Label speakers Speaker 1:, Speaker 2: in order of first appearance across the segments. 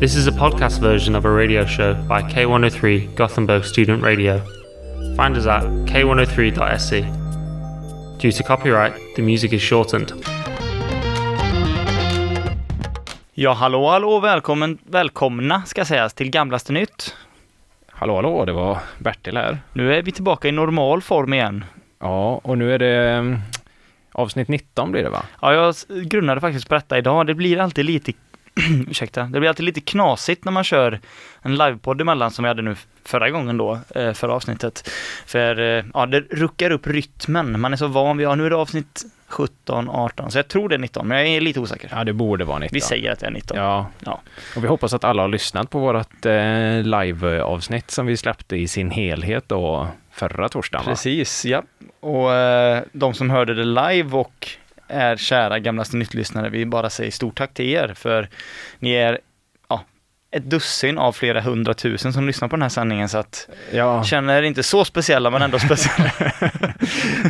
Speaker 1: This is a podcast version of a radio show by K103 Gothenburg Student Radio. Find us at k103.se. E. Due to copyright, the music is shortened.
Speaker 2: Ja, hallå, hallå och välkommen, välkomna ska sägas till Gamlaste Nytt.
Speaker 3: Hallå, hallå, det var Bertil här.
Speaker 2: Nu är vi tillbaka i normal form igen.
Speaker 3: Ja, och nu är det mm, avsnitt 19 blir det va?
Speaker 2: Ja, jag s- grunnade faktiskt på detta idag. Det blir alltid lite, ursäkta, det blir alltid lite knasigt när man kör en livepodd emellan som vi hade nu f- förra gången då, eh, förra avsnittet. För eh, ja, det ruckar upp rytmen. Man är så van vid, ja nu är det avsnitt 17, 18, så jag tror det är 19, men jag är lite osäker.
Speaker 3: Ja, det borde vara 19.
Speaker 2: Vi säger att det är 19.
Speaker 3: Ja.
Speaker 2: Ja.
Speaker 3: och vi hoppas att alla har lyssnat på vårt eh, live-avsnitt som vi släppte i sin helhet då förra torsdagen. Va?
Speaker 2: Precis, ja. Och eh, de som hörde det live och är kära gamlaste nyttlyssnare, vi bara säger stort tack till er för ni är ja, ett dussin av flera hundratusen som lyssnar på den här sändningen så att
Speaker 3: Ja,
Speaker 2: känner er inte så speciella men ändå speciella.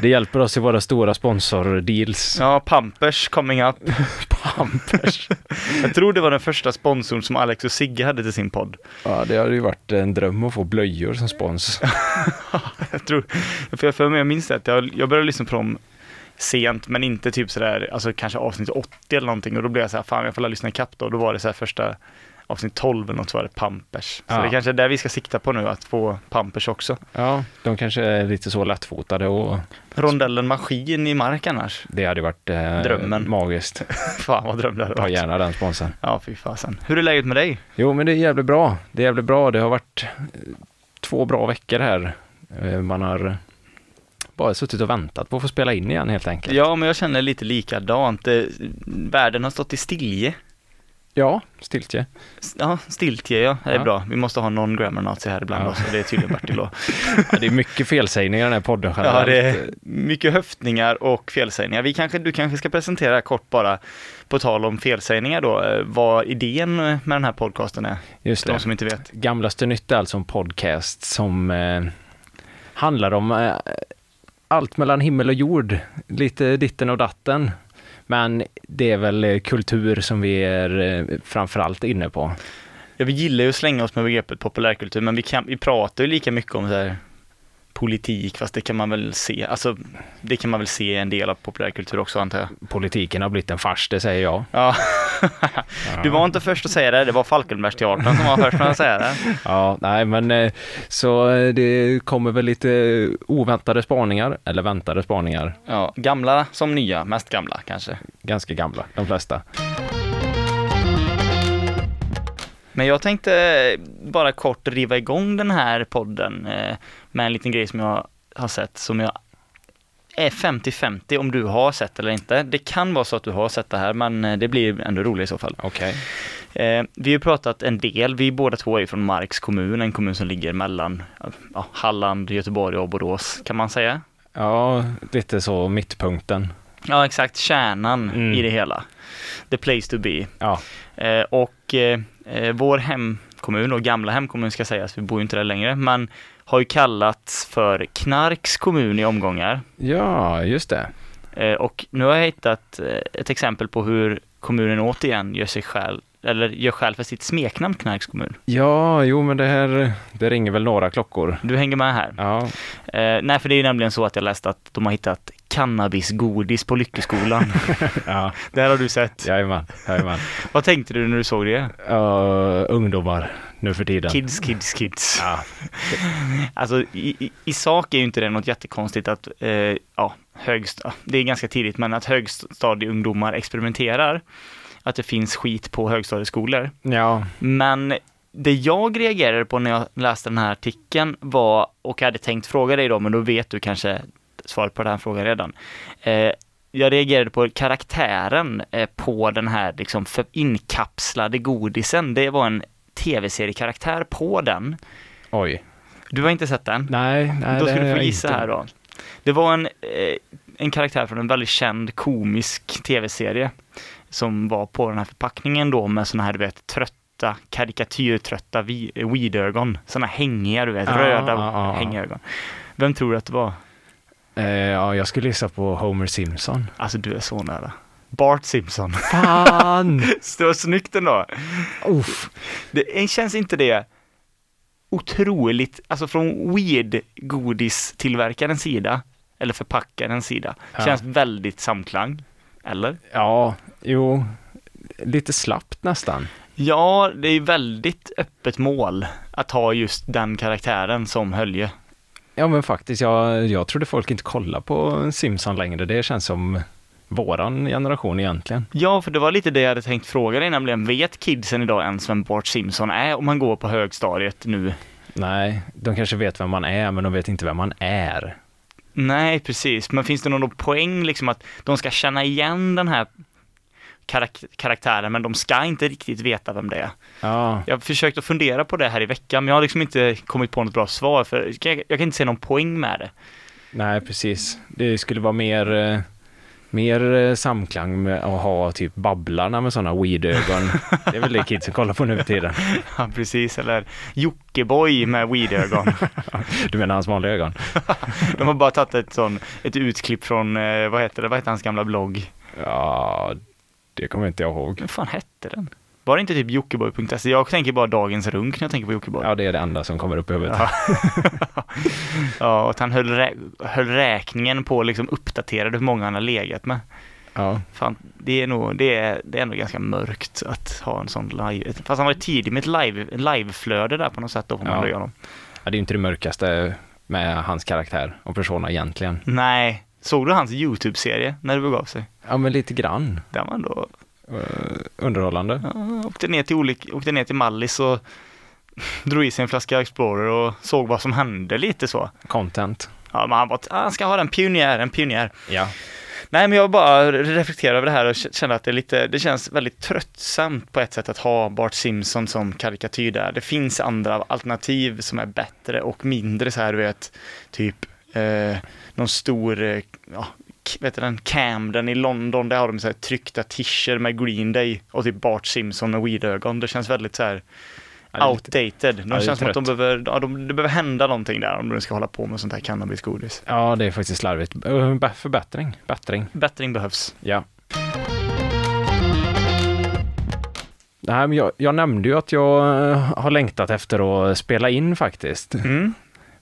Speaker 3: det hjälper oss i våra stora sponsordeals.
Speaker 2: Ja, Pampers coming up.
Speaker 3: Pampers.
Speaker 2: Jag tror det var den första sponsorn som Alex och Sigge hade till sin podd.
Speaker 3: Ja, det hade ju varit en dröm att få blöjor som spons.
Speaker 2: Jag tror, för jag, för mig, jag minns det att jag, jag började lyssna på dem sent, men inte typ sådär, alltså kanske avsnitt 80 eller någonting och då blev jag såhär, fan jag får la lyssna ikapp då, och då var det såhär första avsnitt 12 eller något var det Pampers. Så
Speaker 3: Ja.
Speaker 2: det kanske är där vi ska sikta på nu, att få Pampers också.
Speaker 3: Ja, de kanske är lite så lättfotade och
Speaker 2: Rondellen Maskin i mark annars.
Speaker 3: det hade ju varit eh,
Speaker 2: Drömmen.
Speaker 3: magiskt.
Speaker 2: Fan vad dröm det hade
Speaker 3: Ta
Speaker 2: varit.
Speaker 3: gärna den sponsen.
Speaker 2: Ja, fy fasen. Hur är läget med dig?
Speaker 3: Jo, men det är jävligt bra. Det är jävligt bra. Det har varit eh, två bra veckor här. Eh, Man har bara suttit och väntat på att få spela in igen helt enkelt.
Speaker 2: Ja, men jag känner lite likadant. Det- Världen har stått i stilje.
Speaker 3: Ja, stiltje.
Speaker 2: S- Ja, stiltje ja, det är
Speaker 3: Ja.
Speaker 2: bra. Vi måste ha någon grammar nazi här ibland
Speaker 3: Ja.
Speaker 2: också, det är tydligen Bertil då.
Speaker 3: Ja, det är mycket felsägningar i den här podden
Speaker 2: Ja,
Speaker 3: generellt.
Speaker 2: det är mycket höftningar och felsägningar. Vi kanske, du kanske ska presentera kort bara, på tal om felsägningar då, eh, vad idén med den här podcasten är,
Speaker 3: Just
Speaker 2: för de
Speaker 3: det.
Speaker 2: som inte vet.
Speaker 3: Gamlaste nytt är alltså en podcast som eh, handlar om eh, allt mellan himmel och jord. Lite ditten och datten. Men det är väl eh, kultur som vi är eh, framförallt inne på.
Speaker 2: Ja, vi gillar ju att slänga oss med begreppet populärkultur, men vi, kan, vi pratar ju lika mycket om så här, politik, fast det kan man väl se, alltså det kan man väl se i en del av populärkultur också antar jag.
Speaker 3: Politiken har blivit en fars, det säger jag.
Speaker 2: Ja. Du var inte först att säga det, det var Falkenbergsteatern som var först med att säga det.
Speaker 3: Ja, nej men eh, så eh, det kommer väl lite eh, oväntade spaningar, eller väntade spaningar,
Speaker 2: Ja, gamla som nya, mest gamla kanske.
Speaker 3: ganska gamla, de flesta.
Speaker 2: Men jag tänkte bara kort riva igång den här podden eh, med en liten grej som jag har sett som jag är 50-50 om du har sett eller inte. Det kan vara så att du har sett det här men eh, det blir ändå roligt i så fall.
Speaker 3: Okej.
Speaker 2: Eh, vi har ju pratat en del, vi båda två är ju från Marks kommun, en kommun som ligger mellan ja, Halland, Göteborg och Borås kan man säga.
Speaker 3: Ja, lite så mittpunkten.
Speaker 2: Ja exakt, kärnan
Speaker 3: Mm.
Speaker 2: i det hela. The place to be.
Speaker 3: Ja,
Speaker 2: Eh, och eh, eh, vår hemkommun, och gamla hemkommun ska sägas, vi bor ju inte där längre, men har ju kallats för Knarks kommun i omgångar.
Speaker 3: ja just det.
Speaker 2: Eh, och nu har jag hittat eh, ett exempel på hur kommunen återigen gör sig själv, eller gör själv för sitt smeknamn Knarks kommun.
Speaker 3: Ja, jo men det här, det ringer väl några klockor.
Speaker 2: Du hänger med här.
Speaker 3: Ja,
Speaker 2: Eh, nej, för det är ju nämligen så att jag läste att de har hittat cannabisgodis på Lyckeskolan.
Speaker 3: ja,
Speaker 2: det här har du sett.
Speaker 3: jajamän, jajamän.
Speaker 2: Vad tänkte du när du såg det?
Speaker 3: Uh, ungdomar nu för tiden.
Speaker 2: Kids, kids, kids.
Speaker 3: Ja,
Speaker 2: Alltså i, i, i sak är ju inte det något jättekonstigt att, eh, ja, högst, ja, det är ganska tidigt, men att högstadieungdomar experimenterar, att det finns skit på högstadieskolor.
Speaker 3: ja,
Speaker 2: Men det jag reagerade på när jag läste den här artikeln var, och jag hade tänkt fråga dig då, men då vet du kanske svaret på den här frågan redan. Eh, jag reagerade på karaktären eh, på den här liksom för inkapslade godisen. Det var en tv-seriekaraktär på den.
Speaker 3: oj.
Speaker 2: Du har inte sett den?
Speaker 3: Nej, nej.
Speaker 2: då
Speaker 3: det
Speaker 2: ska
Speaker 3: är
Speaker 2: du få
Speaker 3: jag
Speaker 2: gissa
Speaker 3: inte.
Speaker 2: här då. Det var en, eh, en karaktär från en väldigt känd komisk tv-serie som var på den här förpackningen då med såna här, du vet, trötta, karikatyrtrötta vi- eh, weedögon. Såna hängiga, du vet,
Speaker 3: Ja,
Speaker 2: röda
Speaker 3: ja, ja.
Speaker 2: hängögon. Vem tror du att det var?
Speaker 3: Eh, ja, jag skulle gissa på Homer Simpson.
Speaker 2: Alltså, du är så nära. Bart Simpson.
Speaker 3: Fan!
Speaker 2: Så snyggt ändå.
Speaker 3: Uff.
Speaker 2: Det, känns inte det otroligt, alltså från weed-godistillverkarens sida, eller förpackarens sida,
Speaker 3: Ja.
Speaker 2: känns väldigt samklang. Eller?
Speaker 3: Ja, jo. Lite slappt nästan.
Speaker 2: Ja, det är ju väldigt öppet mål att ha just den karaktären som hölje.
Speaker 3: Ja men faktiskt, jag, jag trodde folk inte kollar på Simpson längre. Det känns som våran generation egentligen.
Speaker 2: Ja, för det var lite det jag hade tänkt fråga dig, nämligen vet kidsen idag ens vem Bart Simpson är om man går på högstadiet nu?
Speaker 3: Nej, de kanske vet vem man är, men de vet inte vem man är.
Speaker 2: Nej, precis. Men finns det någon poäng liksom att de ska känna igen den här karak- karaktären, men de ska inte riktigt veta vem det är?
Speaker 3: Ja,
Speaker 2: Jag har försökt att fundera på det här i veckan, men jag har liksom inte kommit på något bra svar, för jag, jag kan inte se någon poäng med det.
Speaker 3: nej precis. Det skulle vara mer, eh, mer eh, samklang med att ha typ Babblarna med sådana weed-ögon. Det är väl det kidsen kollar på nu för tiden.
Speaker 2: Ja, precis. Eller Jockiboi med weedögon.
Speaker 3: Du menar hans vanliga ögon?
Speaker 2: De har bara tagit ett, sån, ett utklipp från, eh, vad heter det, vad heter hans gamla blogg?
Speaker 3: Ja, det kommer inte jag ihåg.
Speaker 2: Vad fan hette den? Var det inte typ jockiboi.se? Jag tänker bara Dagens Runk när jag tänker på Jockiboi.
Speaker 3: Ja, det är det enda som kommer upp i huvudet.
Speaker 2: Ja. Ja, och att han höll, rä- höll räkningen på liksom uppdaterade hur många han har legat med.
Speaker 3: Ja.
Speaker 2: Fan, det är nog, det är, det är ändå ganska mörkt att ha en sån live. Fast han var ju tidig med ett live, liveflöde där på något sätt då får man
Speaker 3: Ja.
Speaker 2: ja. honom.
Speaker 3: Ja, det är ju inte det mörkaste med hans karaktär och persona egentligen.
Speaker 2: Nej, såg du hans YouTube-serie när det begav sig?
Speaker 3: Ja, men lite grann
Speaker 2: Där man då
Speaker 3: underhållande.
Speaker 2: ja, åkte, ner till olika, åkte ner till Mallis och drog i sig en flaska Explorer och såg vad som hände lite så.
Speaker 3: Content.
Speaker 2: Ja, men han bara, ah, han ska ha en pionjär, en pionjär.
Speaker 3: Ja.
Speaker 2: Nej, men jag bara reflekterar över det här och k- känner att det är lite, det känns väldigt tröttsamt på ett sätt att ha Bart Simpson som karikatyr där. Det finns andra alternativ som är bättre och mindre så här, du vet, typ eh, någon stor, eh, ja, k- vet du den, Camden i London, där har de så här tryckta tischer med Green Day och typ Bart Simpson och weed-ögon. Det känns väldigt så här
Speaker 3: Ja, det är lite-
Speaker 2: outdated. De
Speaker 3: det är
Speaker 2: känns som att de
Speaker 3: trött.
Speaker 2: behöver, ja, de, det behöver hända någonting där om de ska hålla på med sånt här cannabisgodis.
Speaker 3: ja, det är faktiskt slarvigt. Eh, bä- Förbättring. Bättring.
Speaker 2: Bättring behövs.
Speaker 3: Ja. Nej, men jag, jag nämnde ju att jag eh, har längtat efter att spela in faktiskt.
Speaker 2: Mm.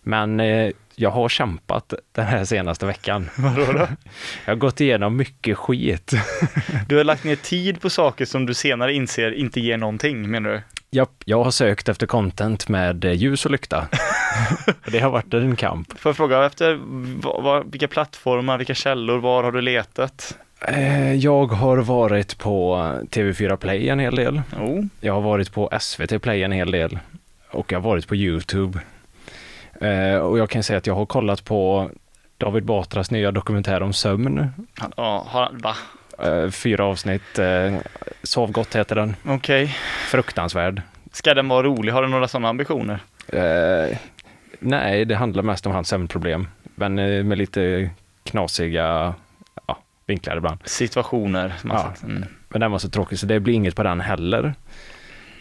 Speaker 3: Men eh, jag har kämpat den här senaste veckan.
Speaker 2: Vadå då?
Speaker 3: Jag har gått igenom mycket skit.
Speaker 2: Du har lagt ner tid på saker som du senare inser inte ger någonting, menar du?
Speaker 3: Japp, jag har sökt efter content med eh, ljus och lykta. Och det har varit en kamp.
Speaker 2: Får jag fråga efter va- va- vilka plattformar, vilka källor, var har du letat?
Speaker 3: Eh, Jag har varit på TV4 Play en hel del.
Speaker 2: Jo,
Speaker 3: Jag har varit på SVT Play en hel del. Och jag har varit på YouTube. Eh, Och jag kan säga att jag har kollat på David Batras nya dokumentär om sömn.
Speaker 2: ja, har, va?
Speaker 3: Eh, Fyra avsnitt. eh, Sov gott heter den.
Speaker 2: Okej.
Speaker 3: Fruktansvärd.
Speaker 2: Ska den vara rolig? Har du några sådana ambitioner?
Speaker 3: Eh, Nej, det handlar mest om hans sömnproblem. Men eh, med lite knasiga ja, vinklar ibland.
Speaker 2: Situationer, som man
Speaker 3: Ja.
Speaker 2: sagt. Mm.
Speaker 3: Men den var så tråkig så det blir inget på den heller.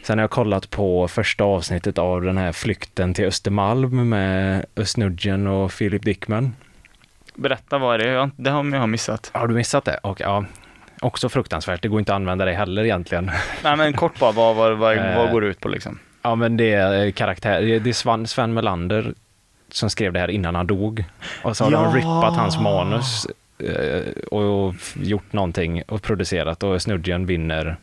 Speaker 3: Sen har jag kollat på första avsnittet av den här flykten till Östermalm med Özz Nujen och Philip Dickman.
Speaker 2: Berätta, vad är det? Jag, det har jag har missat.
Speaker 3: Har du missat det? Och ja, också fruktansvärt. Det går inte att använda det heller egentligen.
Speaker 2: Nej, men kort bara, vad, vad, vad,
Speaker 3: Eh.
Speaker 2: vad går det ut på liksom?
Speaker 3: Ja, men det är eh, karaktär. Det är Sven, Sven Melander som skrev det här innan han dog. Och så har
Speaker 2: Ja.
Speaker 3: de rippat hans manus eh, och gjort någonting och producerat och Snudgen vinner.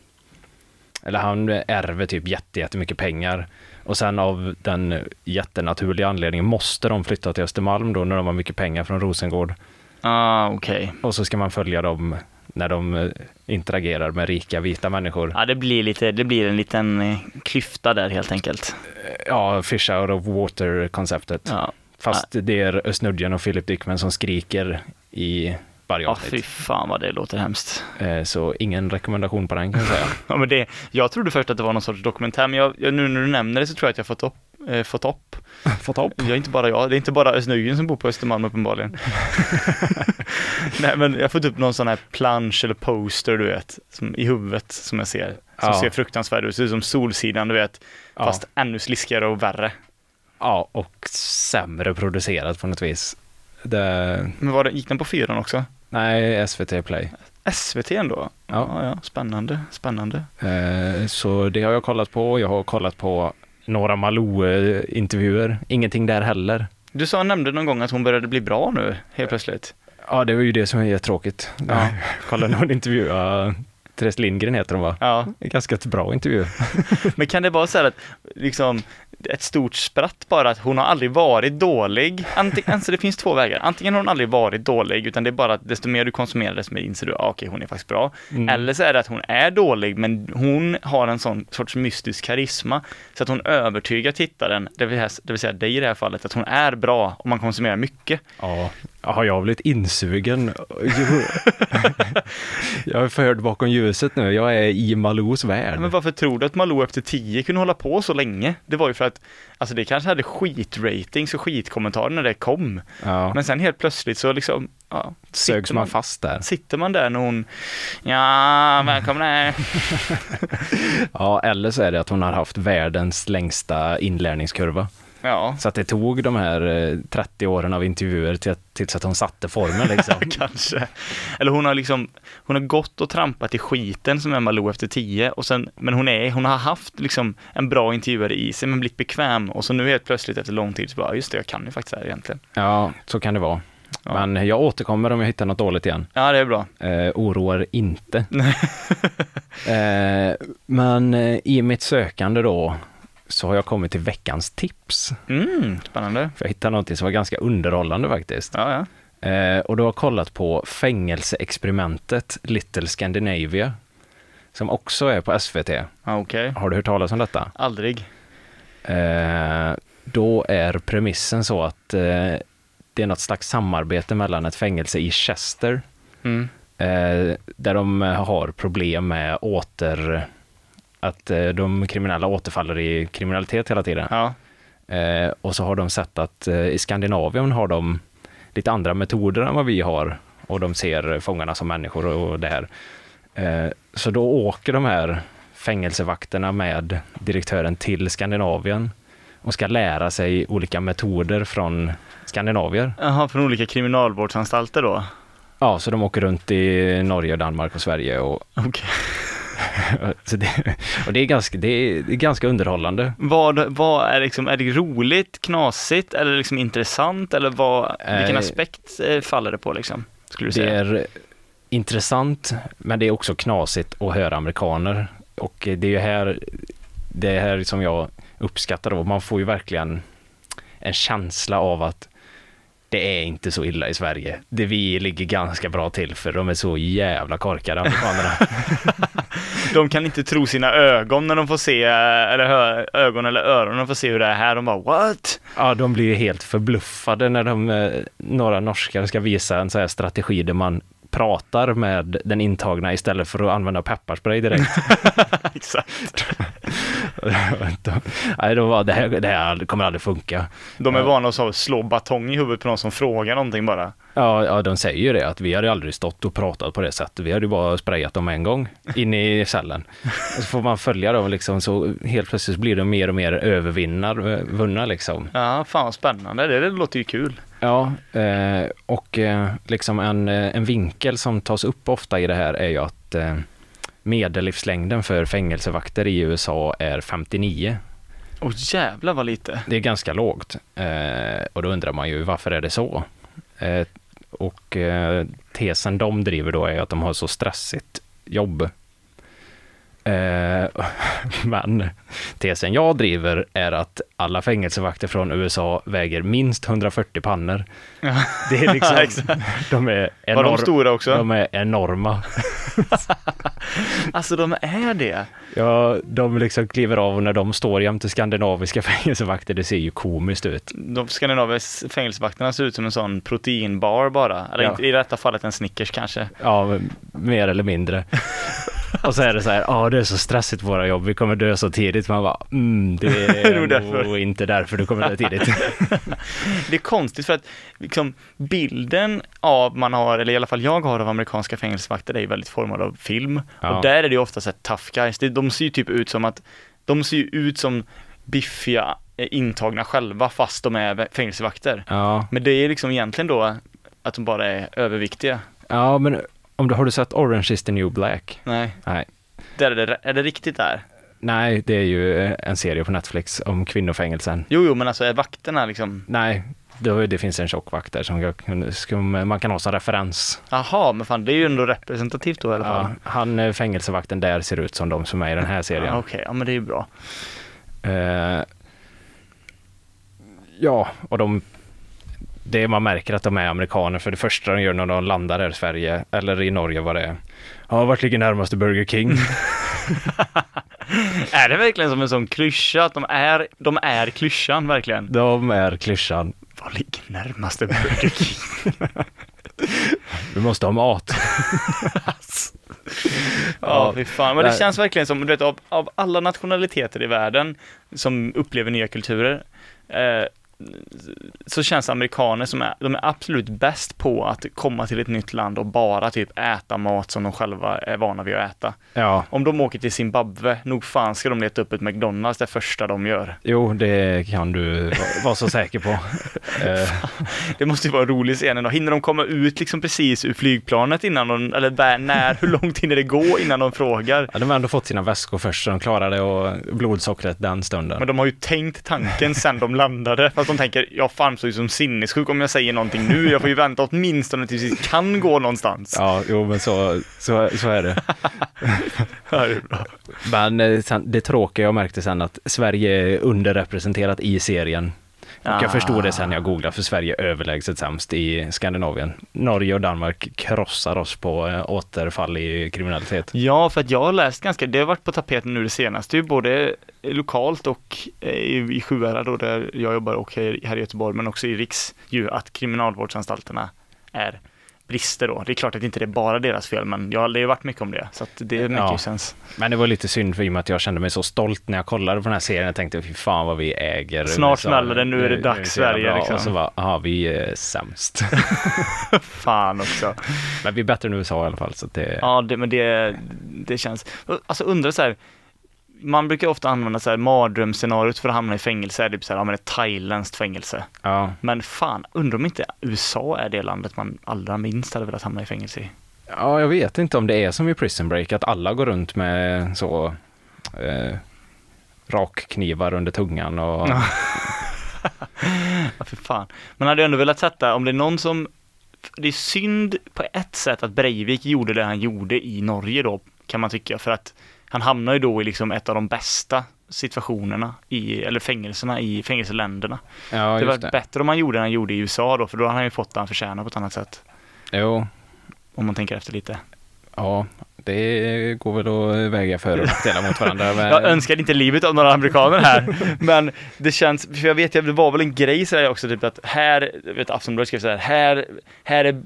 Speaker 3: Eller han ärver typ jätte, jättemycket pengar. Och sen av den jättenaturliga anledningen måste de flytta till Östermalm då när de har mycket pengar från Rosengård.
Speaker 2: Ah, okej.
Speaker 3: Och så ska man följa dem när de eh, interagerar med rika vita människor.
Speaker 2: Ja, det blir lite, det blir en liten eh, klyfta där helt enkelt.
Speaker 3: Ja, fish out of water-konceptet.
Speaker 2: Ja,
Speaker 3: Fast det är Özz Nujen och Philip Dickman som skriker i varje
Speaker 2: ja fy
Speaker 3: avsnitt.
Speaker 2: fan vad det låter hemskt.
Speaker 3: Eh, Så ingen rekommendation på den kan jag säga.
Speaker 2: Ja, men det, jag trodde först att det var någon sorts dokumentär, men jag, jag, nu när du nämner det så tror jag att jag fått upp, eh, fått upp.
Speaker 3: Fått hopp.
Speaker 2: Jag är inte bara jag, det är inte bara Ösnöjen som bor på Östermalm uppenbarligen. Nej men jag har fått upp någon sån här plansch eller poster du vet, som, i huvudet som jag ser, som
Speaker 3: Ja.
Speaker 2: ser fruktansvärd ut, ser ut som Solsidan du vet,
Speaker 3: Ja.
Speaker 2: fast ännu sliskigare och värre.
Speaker 3: Ja, och sämre producerat på något vis. Det,
Speaker 2: Men var det, gick den på fyran också?
Speaker 3: Nej, SVT Play.
Speaker 2: SVT ändå? Ja, ja, spännande, spännande.
Speaker 3: Eh, Så det har jag kollat på. Jag har kollat på några Malou-intervjuer. Ingenting där heller.
Speaker 2: Du sa, nämnde någon gång att hon började bli bra nu, helt plötsligt.
Speaker 3: Ja, det var ju det som är jättetråkigt. Ja. Kolla någon intervju. Ja, Therese Lindgren heter hon va?
Speaker 2: Ja,
Speaker 3: Ganska bra intervju.
Speaker 2: men kan det vara så här att, liksom, ett stort spratt bara att hon har aldrig varit dålig. Antingen, alltså det finns två vägar. Antingen har hon aldrig varit dålig, utan det är bara att desto mer du konsumerar, desto mer inser du, ah, okej, hon är faktiskt bra. Eller så är det att hon är dålig, men hon har en sån sorts mystisk karisma, så att hon övertygar tittaren, det vill, säga- det vill säga dig i det här fallet, att hon är bra om man konsumerar mycket.
Speaker 3: Ja, har jag blivit insugen? Jo. jag är förd bakom ljuset nu. Jag är i Malous värld.
Speaker 2: Men varför tror du att Malou efter 10 kunde hålla på så länge? Det var ju för att, alltså det kanske hade skitratings och skitkommentarer när det kom.
Speaker 3: Ja,
Speaker 2: Men sen helt plötsligt så liksom, ja,
Speaker 3: sögs
Speaker 2: sitter
Speaker 3: man fast där?
Speaker 2: Sitter man där när hon, ja, välkomna.
Speaker 3: Ja, eller så är det att hon har haft världens längsta inlärningskurva.
Speaker 2: Ja,
Speaker 3: Så att det tog de här eh, 30 åren av intervjuer till att, tills att hon satte formen liksom.
Speaker 2: kanske. Eller hon har liksom, hon har gått och trampat i skiten som är Malou efter 10 och sen, men hon är, hon har haft liksom en bra intervjuare i sig men blivit bekväm och så nu helt plötsligt efter lång tid så bara, just det, jag kan ju faktiskt det här egentligen.
Speaker 3: Ja, så kan det vara.
Speaker 2: Ja.
Speaker 3: Men jag återkommer om jag hittar något dåligt igen.
Speaker 2: Ja, det är bra.
Speaker 3: Eh, oroar inte. eh, men eh, i mitt sökande då så har jag kommit till veckans tips.
Speaker 2: Mm, spännande.
Speaker 3: För jag hittade någonting som var ganska underhållande faktiskt.
Speaker 2: Ja, ja.
Speaker 3: Eh, och då har jag kollat på fängelseexperimentet Little Scandinavia. Som också är på SVT.
Speaker 2: Ja, Okej.
Speaker 3: Har du hört talas om detta?
Speaker 2: Aldrig.
Speaker 3: Eh, då är premissen så att eh, det är något slags samarbete mellan ett fängelse i Chester
Speaker 2: Mm.
Speaker 3: eh, där de har problem med åter att eh, de kriminella återfaller i kriminalitet hela tiden.
Speaker 2: Ja.
Speaker 3: Eh, och så har de sett att eh, i Skandinavien har de lite andra metoder än vad vi har och de ser fångarna som människor och det här. Eh, så då åker de här fängelsevakterna med direktören till Skandinavien och ska lära sig olika metoder från skandinavier.
Speaker 2: Jaha, från olika kriminalvårdsanstalter då?
Speaker 3: Ja, så de åker runt i Norge, Danmark och Sverige. Och,
Speaker 2: Okej.
Speaker 3: så det, och det, är ganska, det, är, det är ganska underhållande.
Speaker 2: Vad, vad är liksom, är det roligt, knasigt eller liksom intressant eller vad, vilken
Speaker 3: Eh,
Speaker 2: aspekt eh, faller det på liksom? Skulle du
Speaker 3: Det
Speaker 2: säga?
Speaker 3: är intressant, men det är också knasigt att höra amerikaner. Och det är ju här, det är här som jag uppskattar då. Man får ju verkligen en känsla av att det är inte så illa i Sverige. Det vi ligger ganska bra till för de är så jävla korkade amerikanerna.
Speaker 2: De kan inte tro sina ögon när de får se, eh, eller hö, ögon eller öron när de får se hur det är här. De bara what?
Speaker 3: Ja, de blir ju helt förbluffade när de, eh, några norskar ska visa en sån här strategi där man pratar med den intagna istället för att använda pepparspray direkt.
Speaker 2: Exakt.
Speaker 3: de, nej, de bara, det här, det här kommer aldrig funka.
Speaker 2: De är
Speaker 3: Ja.
Speaker 2: vana att så- slå batong i huvudet på någon som frågar någonting bara.
Speaker 3: Ja, ja, de säger ju det, att vi hade ju aldrig stått och pratat på det sättet. Vi hade ju bara sprayat dem en gång, in i cellen. Och så får man följa dem liksom, så helt plötsligt blir de mer och mer övervunna liksom.
Speaker 2: Ja, fan vad spännande. Det, det låter ju kul.
Speaker 3: Ja, eh, och eh, liksom en, eh, en vinkel som tas upp ofta i det här är ju att eh, medellivslängden för fängelsevakter i USA är 59.
Speaker 2: Åh jävlar vad lite.
Speaker 3: Det är ganska lågt. Eh, och då undrar man ju varför är det så? Eh, och eh, tesen de driver då är att de har så stressigt jobb. Eh, men tesen jag driver är att alla fängelsevakter från USA väger minst 140 pannor. Det är liksom, de är
Speaker 2: Var de
Speaker 3: enorm-
Speaker 2: stora också?
Speaker 3: De är enorma.
Speaker 2: Alltså de är det.
Speaker 3: Ja, de liksom kliver av och när de står jämte skandinaviska fängelsevakter, det ser ju komiskt ut.
Speaker 2: De skandinaviska fängelsevakterna ser ut som en sån proteinbar bara. Eller
Speaker 3: Ja.
Speaker 2: inte- i detta fallet en Snickers kanske.
Speaker 3: Ja, men mer eller mindre. Och så är det så här, ja det är så stressigt på våra jobb, vi kommer dö så tidigt. Man bara, mm, det
Speaker 2: är nog
Speaker 3: är
Speaker 2: därför."
Speaker 3: nog inte därför du kommer dö tidigt.
Speaker 2: Det är konstigt för att liksom, bilden av man har, eller i alla fall jag har av amerikanska fängelsevakter, är ju väldigt formad av film.
Speaker 3: Ja.
Speaker 2: Och där är det ju ofta så här tough guys. Det- De ser ju typ ut som att, de ser ju ut som biffiga eh, intagna själva fast de är vä- fängelsevakter.
Speaker 3: Ja,
Speaker 2: Men det är liksom egentligen då att de bara är överviktiga.
Speaker 3: Ja, men om du, har du sett Orange is the new black?
Speaker 2: Nej.
Speaker 3: Nej.
Speaker 2: Där är, det, är det riktigt där?
Speaker 3: Nej, det är ju eh, en serie på Netflix om kvinnofängelsen.
Speaker 2: Jo, jo, men alltså är vakterna liksom...
Speaker 3: Nej, det, det finns en tjock vakt där som, jag- som man kan ha som referens.
Speaker 2: Jaha, men fan det är ju ändå representativt då i alla fall.
Speaker 3: Ja, han eh, fängelsevakten där ser ut som de som är i den här serien.
Speaker 2: Ja, Ah, Okej, ja men det är ju bra.
Speaker 3: Eh, ja, och de... Det man märker att de är amerikaner, för det första de gör när de landar här i Sverige, eller i Norge vad det är. Ja, vart ligger närmaste Burger King?
Speaker 2: Är det verkligen som en sån klyscha att de är, de är klyschan verkligen?
Speaker 3: de är klyschan.
Speaker 2: Vad ligger närmaste Burger King?
Speaker 3: Vi måste ha mat.
Speaker 2: ja, fy fan. Men det
Speaker 3: Nej.
Speaker 2: känns verkligen som, du vet, av, av alla nationaliteter i världen som upplever nya kulturer, eh, så känns amerikaner som är, de är absolut bäst på att komma till ett nytt land och bara typ äta mat som de själva är vana vid att äta.
Speaker 3: Ja,
Speaker 2: Om de åker till Zimbabwe, nog fan ska de leta upp ett McDonalds det första de gör.
Speaker 3: jo, det kan du va- vara så säker på. Eh,
Speaker 2: Det måste ju vara en rolig scen ändå. Hinner de komma ut liksom precis ur flygplanet innan de, eller bär, när, hur långt hinner det gå innan de frågar?
Speaker 3: ja, de har ändå fått sina väskor först, så de klarade och blodsockret den
Speaker 2: Men
Speaker 3: stunden.
Speaker 2: de har ju tänkt tanken sen de landade, fast de tänker, jag framstår ju som sinnessjuk om jag säger någonting nu, jag får ju vänta åtminstone tills vi kan gå någonstans.
Speaker 3: Ja, jo, men så, så, så är det.
Speaker 2: Ja, det är bra.
Speaker 3: Men eh, sen, det tråkiga jag märkte sen att Sverige är underrepresenterat i serien. Och
Speaker 2: Ah.
Speaker 3: jag förstod det sen när jag googlade, för Sverige är överlägset sämst i Skandinavien. Norge och Danmark krossar oss på eh, återfall i kriminalitet.
Speaker 2: Ja, för att jag har läst ganska, det har varit på tapeten nu det senaste, ju både lokalt och eh, i, i Sjuhärad då där jag jobbar och här här i Göteborg, men också i Riks, ju att kriminalvårdsanstalterna är brister då. Det är klart att inte det är bara deras fel, men jag, det har ju varit mycket om det, så att det mycket
Speaker 3: Ja.
Speaker 2: känns.
Speaker 3: Men det var lite synd för i och med att jag kände mig så stolt när jag kollade på den här serien. Jag tänkte, fy fan vad vi äger Eh,
Speaker 2: Snart smäller det, nu är det dags,
Speaker 3: så jävla
Speaker 2: Sverige,
Speaker 3: bra."
Speaker 2: liksom.
Speaker 3: Och så bara, aha, vi är sämst.
Speaker 2: Fan också.
Speaker 3: Men vi är bättre än USA i alla fall, så att det...
Speaker 2: Ja, det, men det, det känns. Alltså undra så här, man brukar ofta använda så här mardrömsscenariot för att hamna i fängelse, är typ så här, ja men ett thailändskt fängelse.
Speaker 3: Ja.
Speaker 2: Men fan, undrar om inte USA är det landet man allra minst hade velat hamna i fängelse i.
Speaker 3: Ja, jag vet inte om det är som i Prison Break, att alla går runt med så eh, rakknivar under tungan och...
Speaker 2: Ja, för fan. Man hade ju ändå velat sätta, om det är någon som, det är synd på ett sätt att Breivik gjorde det han gjorde i Norge då, kan man tycka, för att han hamnar ju då i liksom ett av de bästa situationerna i, eller fängelserna i fängelseländerna.
Speaker 3: Ja,
Speaker 2: det var
Speaker 3: just det.
Speaker 2: bättre om han gjorde det han gjorde i USA då, för då hade han ju fått det han förtjänar på ett annat sätt.
Speaker 3: Jo,
Speaker 2: Om man tänker efter lite.
Speaker 3: ja, det går väl att väga för och nackdelar mot varandra. Men,
Speaker 2: Jag önskar inte livet av några amerikaner här, men det känns, för jag vet, ju, det var väl en grej sådär också, typ att här, jag vet Aftonbladet skrev såhär, här, här är,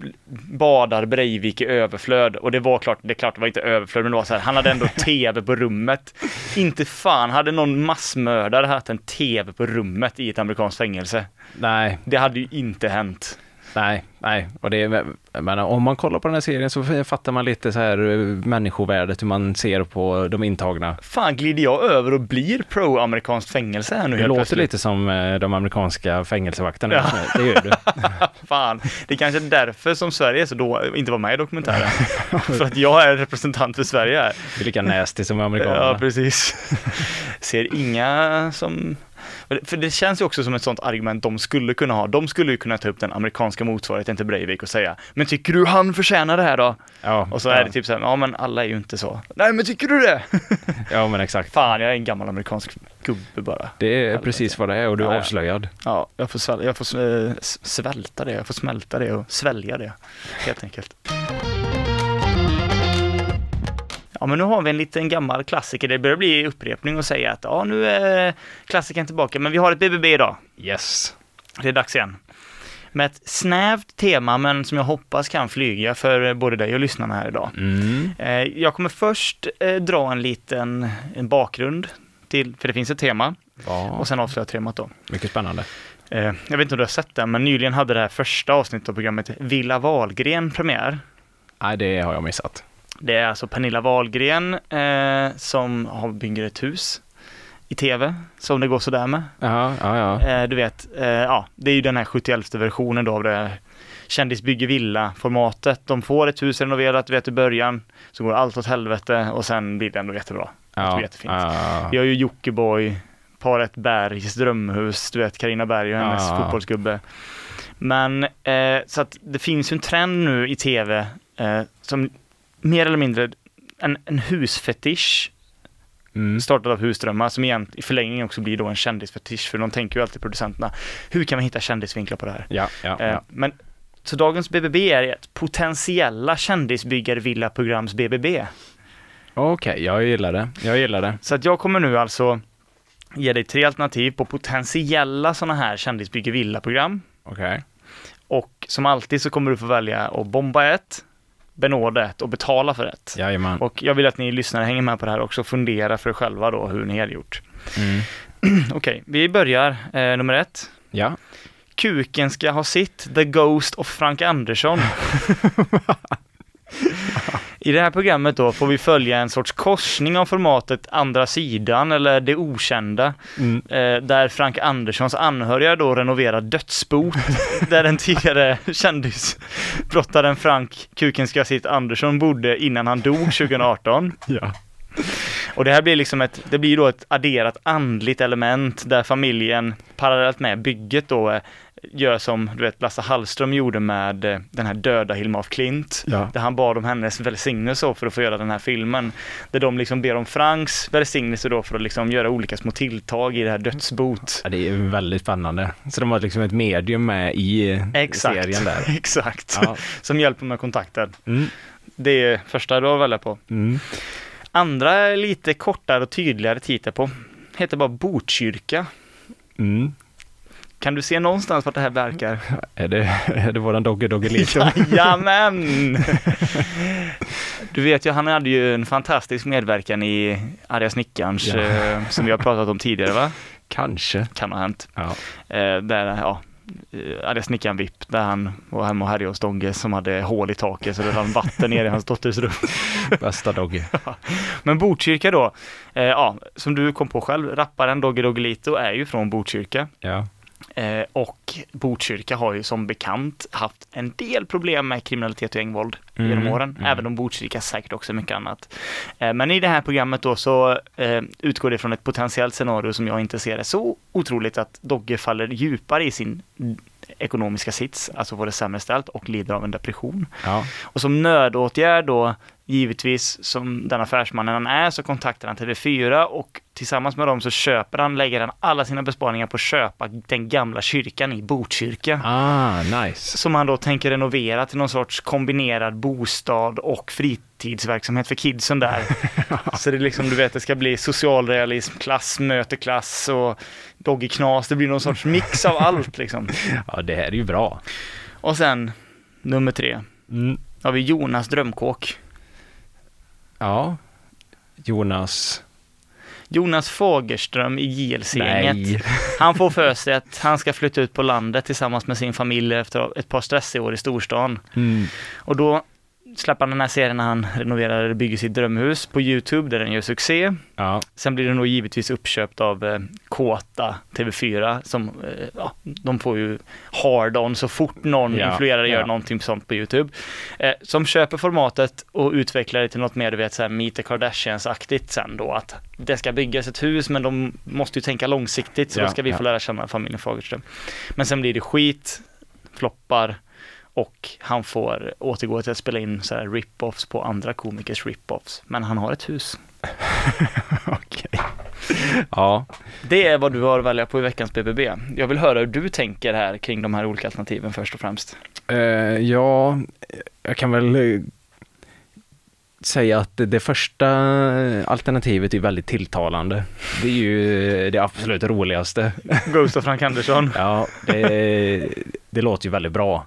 Speaker 2: badar Breivik i överflöd, och det var klart, det är klart det var inte överflöd, men det var såhär, han hade ändå TV på rummet. Inte fan hade någon massmördare haft en TV på rummet i ett amerikanskt fängelse.
Speaker 3: nej,
Speaker 2: Det hade ju inte hänt.
Speaker 3: nej, nej. Och det, är- men om man kollar på den här serien så fattar man lite så här eh, människovärdet, hur man ser på de intagna.
Speaker 2: Fan, glider jag över och blir pro-amerikanskt fängelse här nu
Speaker 3: Det
Speaker 2: helt
Speaker 3: låter
Speaker 2: plötsligt?
Speaker 3: lite som eh, de amerikanska fängelsevakterna.
Speaker 2: Ja.
Speaker 3: Det gör du.
Speaker 2: Fan, det är kanske är därför som Sverige är så då inte var med i dokumentären. för att jag är representant för Sverige här.
Speaker 3: Det är lika nasty som
Speaker 2: Ja,
Speaker 3: amerikanerna.
Speaker 2: precis. Ser inga som... För det känns ju också som ett sånt argument de skulle kunna ha. De skulle ju kunna ta upp den amerikanska motsvarigheten till Breivik och säga Men tycker du han förtjänar det här då?
Speaker 3: Ja,
Speaker 2: Och så
Speaker 3: ja.
Speaker 2: är det typ såhär, ja men alla är ju inte så. Nej men tycker du det? typ-
Speaker 3: ja, men exakt.
Speaker 2: Fan, jag är en gammal amerikansk gubbe bara.
Speaker 3: Det är
Speaker 2: Helvete.
Speaker 3: precis vad det är och du är
Speaker 2: Ja, ja.
Speaker 3: avslöjad.
Speaker 2: Ja, jag får, sväl- jag får eh, s- svälta det, jag får smälta det och svälja det, helt enkelt. Ja, men nu har vi en liten gammal klassiker. Det börjar bli upprepning och säga att ja, nu är klassikern tillbaka, men vi har ett BBB idag.
Speaker 3: Yes.
Speaker 2: Det är dags igen. Med ett snävt tema, men som jag hoppas kan flyga för både dig och lyssnarna här idag.
Speaker 3: Mm.
Speaker 2: Eh, Jag kommer först eh, dra en liten en bakgrund till, för det finns ett tema,
Speaker 3: Ja,
Speaker 2: och sen avslöja temat då.
Speaker 3: mycket spännande.
Speaker 2: Eh, Jag vet inte om du har sett den, men nyligen hade det här första avsnittet av programmet Villa Wahlgren premiär.
Speaker 3: Nej, det har jag missat.
Speaker 2: Det är alltså Pernilla Wahlgren eh, som har bygger ett hus i tv, som det går sådär med.
Speaker 3: Ja, ja, ja.
Speaker 2: Eh, du vet, eh, ja, det är ju den här 71 versionen då av det kändis bygger villa-formatet. De får ett hus renoverat, du vet i början, så går allt åt helvete och sen blir det ändå jättebra. Ja. Jättefint.
Speaker 3: ja,
Speaker 2: Vi har ju Jockiboi, paret Bergs drömhus, du vet Karina Berg och hennes
Speaker 3: Ja.
Speaker 2: fotbollsgubbe. Men eh, så att det finns ju en trend nu i tv eh, som mer eller mindre en, en husfetisch
Speaker 3: mm.
Speaker 2: startad av husdrömmar som egent, i förlängningen också blir då en kändisfetisch för de tänker ju alltid producenterna, hur kan vi hitta kändisvinklar på det här?
Speaker 3: ja, ja,
Speaker 2: Eh,
Speaker 3: ja.
Speaker 2: Men så dagens BBB är ett potentiella kändisbyggarvillaprograms BBB.
Speaker 3: Okej, jag gillar det. Jag gillar det.
Speaker 2: Så att jag kommer nu alltså ge dig tre alternativ på potentiella sådana här kändisbygger villa-program.
Speaker 3: Okej.
Speaker 2: Och som alltid så kommer du få välja att bomba ett, benåda ett och betala för ett.
Speaker 3: Jajamän.
Speaker 2: Och jag vill att ni lyssnare hänger med på det här också och fundera för er själva då hur ni har gjort.
Speaker 3: Mm.
Speaker 2: Okej, vi börjar eh, nummer ett.
Speaker 3: Ja.
Speaker 2: Kuken ska ha sitt, The Ghost och Frank Andersson. I det här programmet då får vi följa en sorts korsning av formatet Andra sidan eller Det okända.
Speaker 3: Mm.
Speaker 2: eh, där Frank Anderssons anhöriga då renoverar dödsbot där den tidigare kändisbrottaren Frank Kuken ska ha sitt Andersson bodde innan han dog 2018.
Speaker 3: Ja.
Speaker 2: Och det här blir liksom ett, det blir då ett adderat andligt element där familjen parallellt med bygget då eh, gör som du vet Lasse Hallström gjorde med eh, den här döda Hilma af Klint.
Speaker 3: Ja.
Speaker 2: Där han bad om hennes välsignelse för att få göra den här filmen. Där de liksom ber om Franks välsignelse då för att liksom göra olika små tilltag i det här dödsbot.
Speaker 3: ja. Det är ju väldigt spännande. Så de har liksom ett medium med i eh,
Speaker 2: Exakt.
Speaker 3: serien där.
Speaker 2: Exakt.
Speaker 3: Ja.
Speaker 2: Som hjälper med kontakten.
Speaker 3: Mm.
Speaker 2: Det är första du har att välja på.
Speaker 3: Mm.
Speaker 2: Andra är lite kortare och tydligare titel på. Heter bara Botkyrka.
Speaker 3: Mm.
Speaker 2: Kan du se någonstans vart det här verkar?
Speaker 3: Är det, är det våran Dogge Dogge Lito?
Speaker 2: Jajamän! Du vet ju, han hade ju en fantastisk medverkan i Arga Snickarns,
Speaker 3: Ja.
Speaker 2: eh, som vi har pratat om tidigare va?
Speaker 3: Kanske.
Speaker 2: Kan ha hänt.
Speaker 3: Ja.
Speaker 2: Eh, där, ja, eh, Arga Snickaren VIP, där han var hemma och härjade hos Dogge som hade hål i taket så det rann vatten ner i hans dotters rum.
Speaker 3: Bästa Dogge.
Speaker 2: Men Botkyrka då, eh, ja, som du kom på själv, rapparen Dogge Doggelito är ju från Botkyrka.
Speaker 3: Ja.
Speaker 2: Eh, och Botkyrka har ju som bekant haft en del problem med kriminalitet och gängvåld
Speaker 3: Mm,
Speaker 2: genom åren,
Speaker 3: mm.
Speaker 2: även om Botkyrka säkert också är mycket annat. Eh, men i det här programmet då så eh, utgår det från ett potentiellt scenario som jag inte ser det så otroligt att Dogge faller djupare i sin ekonomiska sits, alltså får det sämre ställt och lider av en depression.
Speaker 3: Ja.
Speaker 2: Och som nödåtgärd då, givetvis som den affärsmannen han är, så kontaktar han TV4 och tillsammans med dem så köper han, lägger han alla sina besparingar på att köpa den gamla kyrkan i Botkyrka.
Speaker 3: Ah, nice.
Speaker 2: Som han då tänker renovera till någon sorts kombinerad bostad och fritidsverksamhet för kidsen där. Så det är liksom, du vet, det ska bli socialrealism, klass möter klass och doggyknas. Det blir någon sorts mix av allt liksom.
Speaker 3: Ja, det här är ju bra.
Speaker 2: Och sen, nummer tre,
Speaker 3: Mm.
Speaker 2: har vi Jonas drömkåk.
Speaker 3: Ja. Jonas.
Speaker 2: Jonas Fagerström i JLC-gänget. Han får för sig att han ska flytta ut på landet tillsammans med sin familj efter ett par stressiga år i storstan.
Speaker 3: Mm.
Speaker 2: Och då släpper han den här serien när han renoverar eller bygger sitt drömhus på YouTube där den gör succé.
Speaker 3: Ja.
Speaker 2: Sen blir den då givetvis uppköpt av eh, Kåta TV4 som, eh, ja, de får ju hard-on så fort någon
Speaker 3: Ja,
Speaker 2: influerare gör
Speaker 3: ja.
Speaker 2: någonting sånt på YouTube. Eh, som köper formatet och utvecklar det till något mer, du vet, så här Meet the Kardashians-aktigt sen då, att det ska byggas ett hus men de måste ju tänka långsiktigt så
Speaker 3: Ja,
Speaker 2: då ska vi
Speaker 3: ja.
Speaker 2: få lära känna familjen Fagerström. Men sen blir det skit, floppar, och han får återgå till att spela in så här rip-offs på andra komikers rip-offs. Men han har ett hus.
Speaker 3: Okej. Ja.
Speaker 2: Det är vad du har att välja på i veckans BBB. Jag vill höra hur du tänker här kring de här olika alternativen först och främst.
Speaker 3: Eh, ja, jag kan väl eh, säga att det, det första alternativet är väldigt tilltalande. Det är ju eh, det absolut roligaste.
Speaker 2: Ghost och Frank Andersson.
Speaker 3: Ja, det, det låter ju väldigt bra.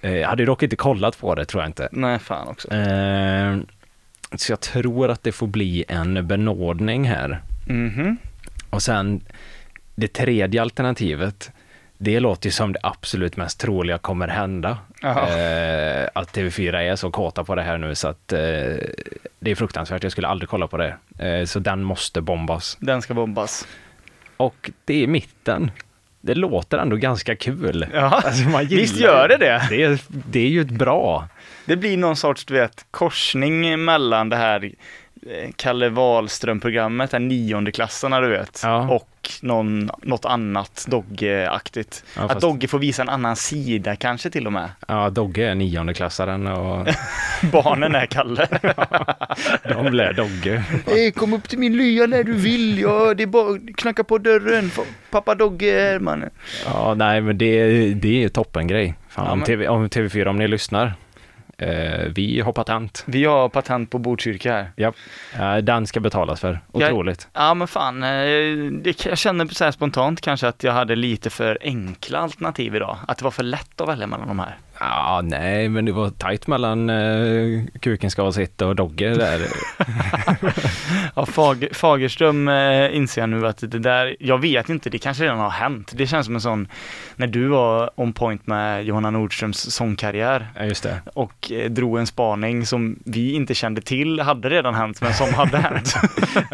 Speaker 3: Eh, Jag hade ju dock inte kollat på det, tror jag inte.
Speaker 2: Nej, fan också.
Speaker 3: Eh, Så jag tror att det får bli en benådning här.
Speaker 2: Mhm.
Speaker 3: Och sen det tredje alternativet, det låter ju som det absolut mest troliga kommer hända.
Speaker 2: Ja.
Speaker 3: Eh, att TV4 är så kåta på det här nu så att eh, det är fruktansvärt, jag skulle aldrig kolla på det. Eh, så den måste bombas.
Speaker 2: Den ska bombas.
Speaker 3: Och det är mitten. det låter ändå ganska kul.
Speaker 2: Ja,
Speaker 3: Alltså, man gillar
Speaker 2: visst gör det det?
Speaker 3: Det är, det är ju ett bra.
Speaker 2: Det blir någon sorts, du vet, korsning mellan det här eh, Kalle Wahlström-programmet, den niondeklassarna du vet,
Speaker 3: Ja.
Speaker 2: och någon, något annat Dogge-aktigt.
Speaker 3: Ja,
Speaker 2: Att
Speaker 3: fast-
Speaker 2: Dogge får visa en annan sida kanske till och med.
Speaker 3: Ja, Dogge är niondeklassaren och
Speaker 2: Barnen är Kalle.
Speaker 3: de lär Dogge.
Speaker 2: Hey, kom upp till min lya när du vill, ja, det är bara knacka på dörren, pappa Dogge är mannen.
Speaker 3: Ja, nej, men det, det är toppen grej. Fan,
Speaker 2: Ja,
Speaker 3: om,
Speaker 2: men-
Speaker 3: TV, om TV4, om ni lyssnar. Eh, vi har patent.
Speaker 2: Vi har patent på Botkyrka här.
Speaker 3: Ja, eh, den ska betalas för.
Speaker 2: Jag-
Speaker 3: Otroligt.
Speaker 2: Ja men fan, eh, det, jag känner så här spontant kanske att jag hade lite för enkla alternativ idag. Att det var för lätt att välja mellan de här.
Speaker 3: Ja, nej, men det var tajt mellan eh, kuken ska sitta och Dogge där.
Speaker 2: Ja, Fager, Fagerström eh, inser jag nu att det där, jag vet inte, det kanske redan har hänt. Det känns som en sån, när du var on point med Johanna Nordströms sångkarriär
Speaker 3: ja, just det.
Speaker 2: och eh, drog en spaning som vi inte kände till hade redan hänt, men som hade hänt.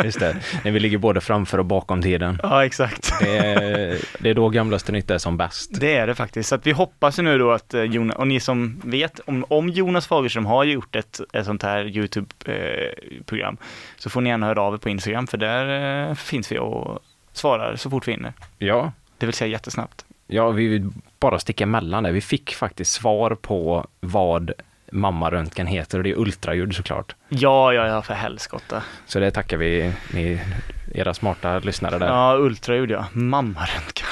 Speaker 3: Just det. Nej, vi ligger både framför och bakom tiden.
Speaker 2: ja, exakt.
Speaker 3: Det är, det är då Gamlaste Nytt är som bäst.
Speaker 2: Det är det faktiskt. Så att vi hoppas ju nu då att Jonas, och ni som vet, om, om Jonas Fagerström har gjort ett, ett sånt här YouTube-program, så får ni gärna höra av er på Instagram, för där eh, finns vi och svarar så fort vi hinner.
Speaker 3: Ja,
Speaker 2: Det vill säga jättesnabbt.
Speaker 3: ja vi vill bara sticka emellan där. Vi fick faktiskt svar på vad mammaröntgen heter och det är ultraljud såklart.
Speaker 2: Ja, ja, ja, för helskotta.
Speaker 3: Så det tackar vi ni, era smarta lyssnare där.
Speaker 2: Ja, ultraljud ja. Mammaröntgen.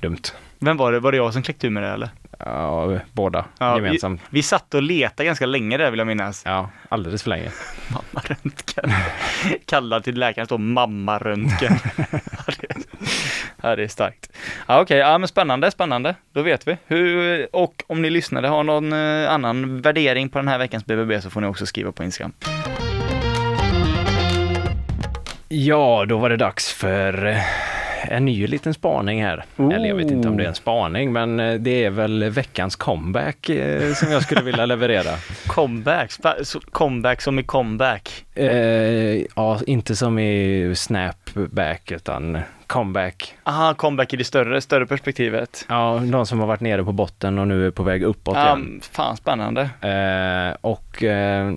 Speaker 3: Dumt.
Speaker 2: Vem var det? Var det jag som kläckte ur med det eller?
Speaker 3: Ja, båda
Speaker 2: Ja,
Speaker 3: gemensamt.
Speaker 2: Vi satt och letade ganska länge där vill jag minnas.
Speaker 3: Ja, alldeles för länge.
Speaker 2: Mammaröntgen. Kallad till läkaren står mammaröntgen. Ja, det- ja, det är starkt. Ja, Okej, ja, men spännande, spännande. Då vet vi. Hur, och om ni lyssnade har någon eh, annan värdering på den här veckans BBB så får ni också skriva på Instagram.
Speaker 3: Ja, då var det dags för eh, en ny liten spaning här.
Speaker 2: Oh.
Speaker 3: Eller jag vet inte om det är en spaning, men eh, det är väl veckans comeback eh, som jag skulle vilja leverera.
Speaker 2: Comeback, spä- så- comeback som i comeback.
Speaker 3: Eh, ja, inte som i snapback utan comeback.
Speaker 2: Aha, comeback i det större, större perspektivet.
Speaker 3: Ja, de som har varit nere på botten och nu är på väg uppåt
Speaker 2: Ja,
Speaker 3: igen.
Speaker 2: fan spännande.
Speaker 3: Eh, och eh,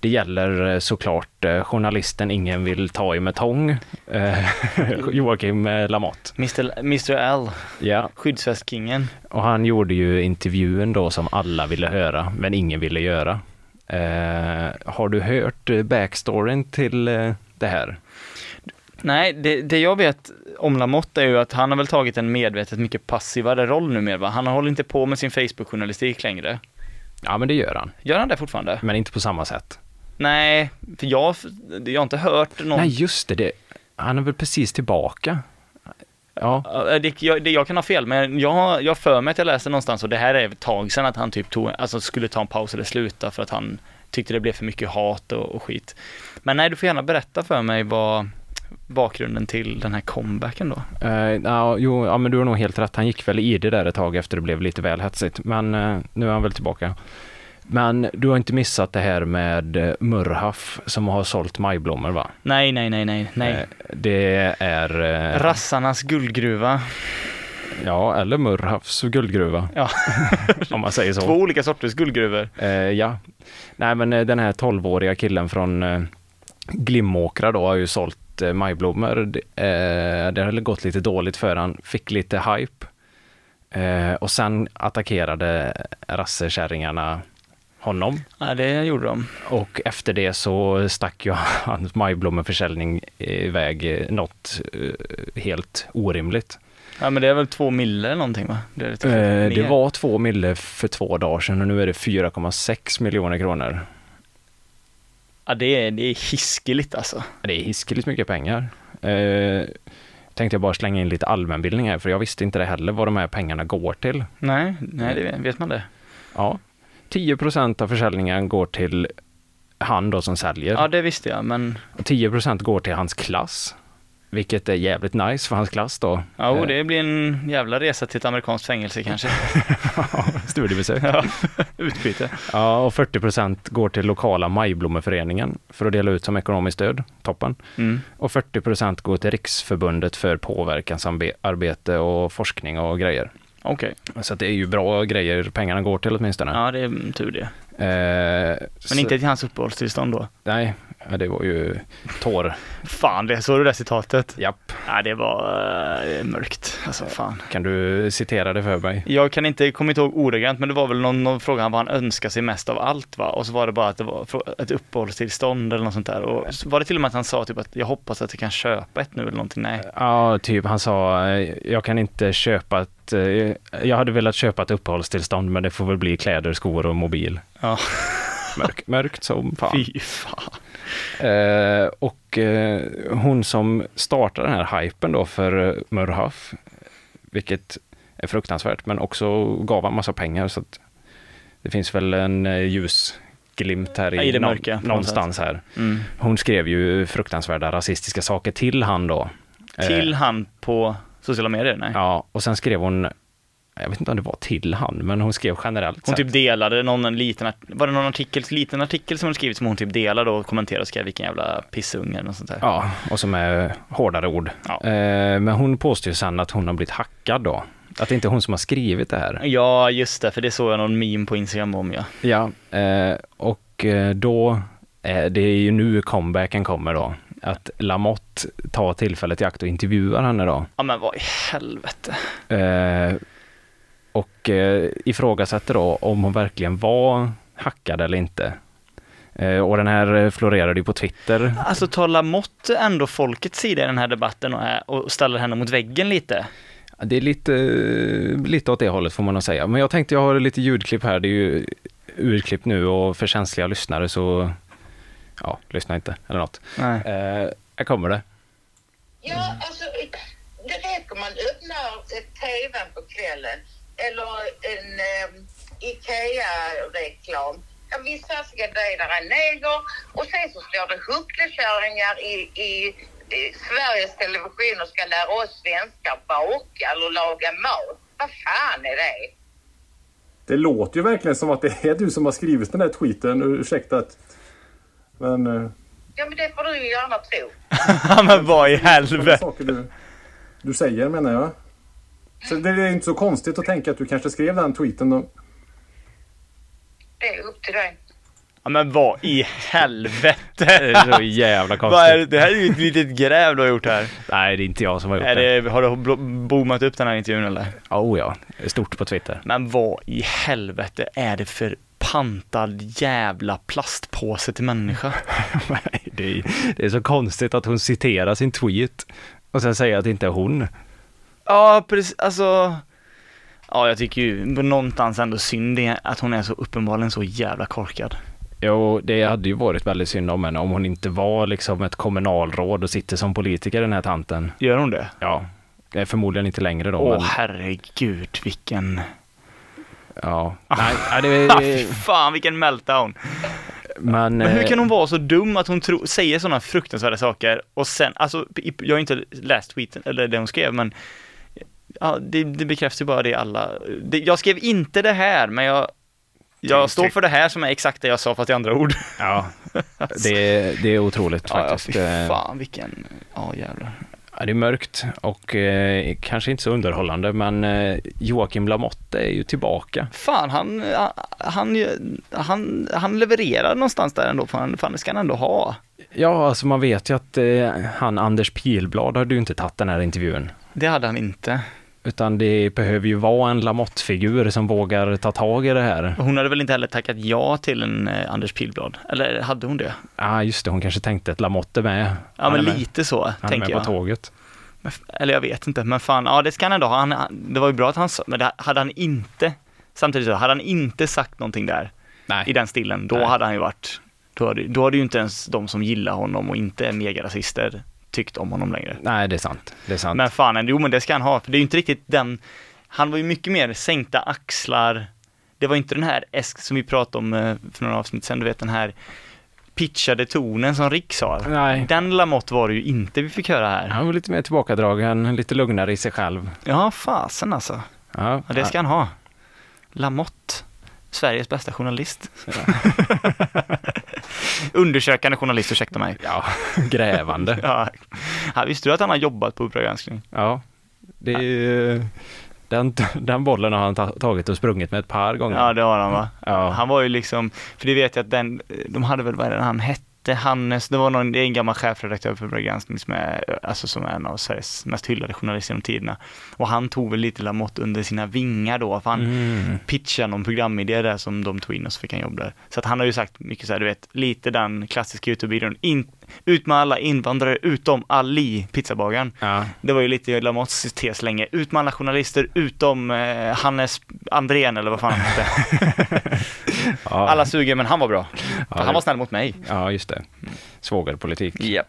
Speaker 3: det gäller eh, såklart eh, journalisten ingen vill ta i med tång, eh, Joakim eh, Lamotte.
Speaker 2: Mr. Mr. L,
Speaker 3: Ja,
Speaker 2: skyddsvästkingen.
Speaker 3: och han gjorde ju intervjun då som alla ville höra, men ingen ville göra. Eh, har du hört eh, backstoryn till eh, det här?
Speaker 2: Nej, det, det jag vet om Lamotte är ju att han har väl tagit en medvetet mycket passivare roll numera va? Han håller inte på med sin Facebook-journalistik längre.
Speaker 3: Ja, men det gör han,
Speaker 2: Gör han det fortfarande?
Speaker 3: men inte på samma sätt.
Speaker 2: Nej, för jag, jag har inte hört någon...
Speaker 3: Nej, just det, det. Han är väl precis tillbaka. Ja,
Speaker 2: Ja, Äh, Det, jag, det, jag kan ha fel, men jag har jag har för mig att jag läste någonstans och det här är ett tag sedan att han typ tog, alltså skulle ta en paus eller sluta för att han tyckte det blev för mycket hat och, och skit. Men nej, du får gärna berätta för mig vad bakgrunden till den här comebacken då.
Speaker 3: eh, ja, jo, ja, men du har nog helt rätt. Han gick väl i det där ett tag efter det blev lite väl hetsigt, men eh, nu är han väl tillbaka. Men du har inte missat det här med eh, Murhaf som har sålt majblommor, va?
Speaker 2: Nej, nej, nej, nej, nej.
Speaker 3: Eh, Det är... eh,
Speaker 2: Rassarnas guldgruva.
Speaker 3: Ja, eller Murhafs guldgruva.
Speaker 2: Ja.
Speaker 3: om man säger
Speaker 2: Två
Speaker 3: så.
Speaker 2: olika sorters guldgruvor.
Speaker 3: Eh, ja. Nej, men eh, den här 12-åriga killen från eh, Glimåkra då har ju sålt eh, majblommor. Det, eh, det hade gått lite dåligt för han. Fick lite hype. Eh, och sen attackerade rassekärringarna honom.
Speaker 2: Ja, det gjorde de.
Speaker 3: Och efter det så stack ju hans majblommeförsäljning iväg eh, något eh, helt orimligt.
Speaker 2: Ja, men det är väl två mille eller någonting va? Det, är lite
Speaker 3: Eh, det
Speaker 2: mer.
Speaker 3: var två mille för två dagar sedan och nu är det 4,6 miljoner kronor.
Speaker 2: Ja, det är, det är hiskeligt alltså.
Speaker 3: Det är hiskeligt mycket pengar. Eh, tänkte jag bara slänga in lite allmänbildning här, för jag visste inte det heller vad de här pengarna går till.
Speaker 2: Nej, nej, det vet- vet man det.
Speaker 3: Ja, 10 av försäljningen går till han då som säljer.
Speaker 2: Ja, det visste jag, men
Speaker 3: Och 10 går till hans klass. Vilket är jävligt nice för hans klass då.
Speaker 2: Ja, och det blir en jävla resa till ett amerikanskt fängelse kanske.
Speaker 3: Eh, Studiebesök.
Speaker 2: Ja, Utbyte.
Speaker 3: Ja, och 40 procent går till lokala majblommeföreningen för att dela ut som ekonomiskt stöd. Toppen.
Speaker 2: Mm.
Speaker 3: Och 40 procent går till Riksförbundet för påverkansarbete och forskning och grejer.
Speaker 2: Okej.
Speaker 3: Så att det är ju bra grejer pengarna går till åtminstone.
Speaker 2: Ja, det är tur det.
Speaker 3: Eh,
Speaker 2: Men
Speaker 3: så-
Speaker 2: inte till hans uppehållstillstånd då.
Speaker 3: Nej, ja, det var ju tår.
Speaker 2: Fan, det såg du det citatet?
Speaker 3: Japp,
Speaker 2: Ja, det var eh, mörkt. Alltså fan.
Speaker 3: kan du citera det för mig?
Speaker 2: Jag kan inte, kommer inte ihåg ordagrant, men det var väl någon, någon fråga han vad han önskar sig mest av allt va? Och så var det bara att det var frå- ett uppehållstillstånd eller något sånt där. Och så var det till och med att han sa typ att jag hoppas att jag kan köpa ett nu eller någonting. Nej.
Speaker 3: Ja, typ han sa, eh, jag kan inte köpa ett, eh, jag hade velat köpa ett uppehållstillstånd men det får väl bli kläder, skor och mobil.
Speaker 2: Ja,
Speaker 3: Mörk, mörkt som fan.
Speaker 2: fy fan.
Speaker 3: Eh, och eh, hon som startade den här hypen då för eh, Murhaf, vilket är fruktansvärt, men också gav han massa pengar så att det finns väl en eh, ljusglimt här i,
Speaker 2: I det
Speaker 3: nå-
Speaker 2: mörka, på något
Speaker 3: någonstans här.
Speaker 2: Mm.
Speaker 3: Hon skrev ju fruktansvärda rasistiska saker till han då. Eh,
Speaker 2: Till han på sociala medier? Nej.
Speaker 3: Ja, och sen skrev hon, jag vet inte om det var till han, men hon skrev generellt.
Speaker 2: Hon
Speaker 3: så här-
Speaker 2: typ delade någon en liten, art- var det någon artikel, liten artikel som hon skrivit som hon typ delade och kommenterade och skrev vilken jävla pissunge eller något sånt där.
Speaker 3: Ja, och som är hårdare ord.
Speaker 2: Ja.
Speaker 3: Eh, Men hon påstår ju sen att hon har blivit hackad då. Att det inte är hon som har skrivit det här.
Speaker 2: Ja, just det, för det såg jag någon meme på Instagram om ja.
Speaker 3: Ja. eh, Och eh, då, eh, det är ju nu comebacken kommer då. Att Lamotte tar tillfället i akt och intervjuar henne då.
Speaker 2: Ja men vad i helvete.
Speaker 3: Eh, Och eh, ifrågasätter då om hon verkligen var hackad eller inte. Eh, Och den här eh, florerade ju på Twitter.
Speaker 2: Alltså tar Lamotte ändå folkets sida i den här debatten och, är, och ställer henne mot väggen lite?
Speaker 3: Det är lite, lite åt det hållet får man nog säga. Men jag tänkte jag har lite ljudklipp här. Det är ju urklipp nu och för känsliga lyssnare så ja, lyssna inte eller något.
Speaker 2: Nej.
Speaker 3: Eh, här kommer det.
Speaker 4: Ja, alltså det räcker man öppnar eh, tvn på kvällen eller en eh, Ikea-reklam. Ja, visst fasiken dödar en neger och sen så står det hucklekärringar i, i, i Sveriges Television och ska lära oss svenskar baka eller laga mat. Vad fan är det?
Speaker 5: Det låter ju verkligen som att det är du som har skrivit den här tweeten. Ursäkta att... Men... eh,
Speaker 4: Ja, men det får du ju gärna tro.
Speaker 2: Ja men vad i
Speaker 5: Sådana
Speaker 2: helvete.
Speaker 5: saker du, du säger menar jag. Så det är inte så konstigt att tänka att du kanske skrev den tweeten då.
Speaker 4: Det är upp till dig.
Speaker 2: Ja men vad i
Speaker 3: Det
Speaker 2: helvete.
Speaker 3: är så jävla
Speaker 2: Vad är, det-
Speaker 3: konstigt.
Speaker 2: det här är ju ett litet gräv du har gjort här.
Speaker 3: Nej, det är inte jag som har gjort
Speaker 2: Är
Speaker 3: det.
Speaker 2: det, har du blo- boomat upp den här intervjun eller?
Speaker 3: Oh ja, stort på Twitter.
Speaker 2: Men vad i helvete är det för pantad jävla plastpåse till människa?
Speaker 3: Nej, det, är, det är så konstigt att hon citerar sin tweet och sen säger att det inte är hon.
Speaker 2: Ja, precis, alltså. Ja, jag tycker ju någonstans ändå synd det att hon är så uppenbarligen så jävla korkad.
Speaker 3: Jo, det hade ju varit väldigt synd om henne om hon inte var liksom ett kommunalråd och sitter som politiker den här tanten.
Speaker 2: Gör hon det?
Speaker 3: Ja, det är förmodligen inte längre då.
Speaker 2: Åh
Speaker 3: men...
Speaker 2: herregud, vilken...
Speaker 3: Ja, nej, ja, det är,
Speaker 2: Ah, fy fan vilken meltdown!
Speaker 3: men,
Speaker 2: Men hur
Speaker 3: eh,
Speaker 2: kan hon vara så dum att hon tro, säger sådana fruktansvärda saker och sen, alltså, i- jag har inte läst tweeten, eller det hon skrev, men ja, det, det bekräftar ju bara det alla... Det, jag skrev inte det här, men jag, jag står för det här som är exakt det jag sa fast i andra ord.
Speaker 3: Ja, det, är- det är otroligt
Speaker 2: Ja, ja,
Speaker 3: faktiskt. Eh,
Speaker 2: fy fan vilken... Ja, jävlar.
Speaker 3: Ja, det är mörkt och eh, kanske inte så underhållande, men eh, Joakim Lamotte är ju tillbaka.
Speaker 2: Fan, han, han, han, han, han levererar någonstans där ändå, fan, fan det ska han ändå ha.
Speaker 3: Ja, alltså man vet ju att eh, han Anders Pilblad hade ju inte tagit den här intervjun.
Speaker 2: Det hade han inte.
Speaker 3: Utan det behöver ju vara en Lamotte-figur som vågar ta tag i det här.
Speaker 2: Hon hade väl inte heller tackat ja till en eh, Anders Pilblad? Eller hade hon det?
Speaker 3: Ja, ah, just det, hon kanske tänkte att Lamotte är med.
Speaker 2: Ja, men
Speaker 3: är med.
Speaker 2: lite så,
Speaker 3: Han är med
Speaker 2: tänker
Speaker 3: på
Speaker 2: jag.
Speaker 3: tåget.
Speaker 2: Men f- Eller jag vet inte, men fan, ja det ska han ändå ha. Han, han, det var ju bra att han sa, men det, hade han inte, samtidigt så, hade han inte sagt någonting där,
Speaker 3: Nej.
Speaker 2: i den stilen, då
Speaker 3: Nej.
Speaker 2: hade han ju varit, då hade, då hade ju inte ens de som gillar honom och inte är megarasister tyckt om honom längre.
Speaker 3: Nej, det är sant. Det är sant.
Speaker 2: Men fan, jo men det ska han ha, för det är ju inte riktigt den, han var ju mycket mer sänkta axlar, det var inte den här esk som vi pratade om eh, för några avsnitt sedan, du vet den här pitchade tonen som Rick sa.
Speaker 3: Nej.
Speaker 2: Den Lamotte var det ju inte vi fick höra här.
Speaker 3: Han var lite mer tillbakadragen, lite lugnare i sig själv.
Speaker 2: Ja, fasen alltså.
Speaker 3: Ja,
Speaker 2: Ja, det ska han ha. Lamotte, Sveriges bästa journalist. Undersökande journalist, ursäkta mig.
Speaker 3: ja, grävande.
Speaker 2: Ja. Ja, visste du att han har jobbat på Uppdrag granskning?
Speaker 3: Ja, det är ju... Den, den bollen har han ta- tagit och sprungit med ett par gånger.
Speaker 2: Ja, det har han va?
Speaker 3: Ja.
Speaker 2: Han var ju liksom, för det vet jag att den, de hade väl, vad är det han hette, Hannes, det var någon, det är en gammal chefredaktör för Uppdrag granskning som är, alltså som är en av Sveriges mest hyllade journalister genom tiderna. Och han tog väl lite Lamotte under sina vingar då, för han,
Speaker 3: Mm.
Speaker 2: pitcha någon programidé där som de tog in och så fick han jobb där. Så att han har ju sagt mycket så här, du vet, lite den klassiska YouTube-videon, in, ut med alla invandrare utom Ali, pizzabagaren.
Speaker 3: Ja.
Speaker 2: Det var ju lite Lamottes tes länge, ut med alla journalister utom eh, Hannes Andrén eller vad fan han hette.
Speaker 3: Ja.
Speaker 2: Alla suger men han var bra. För
Speaker 3: det-
Speaker 2: han var snäll mot mig.
Speaker 3: ja, just det. Svågerpolitik.
Speaker 2: Japp.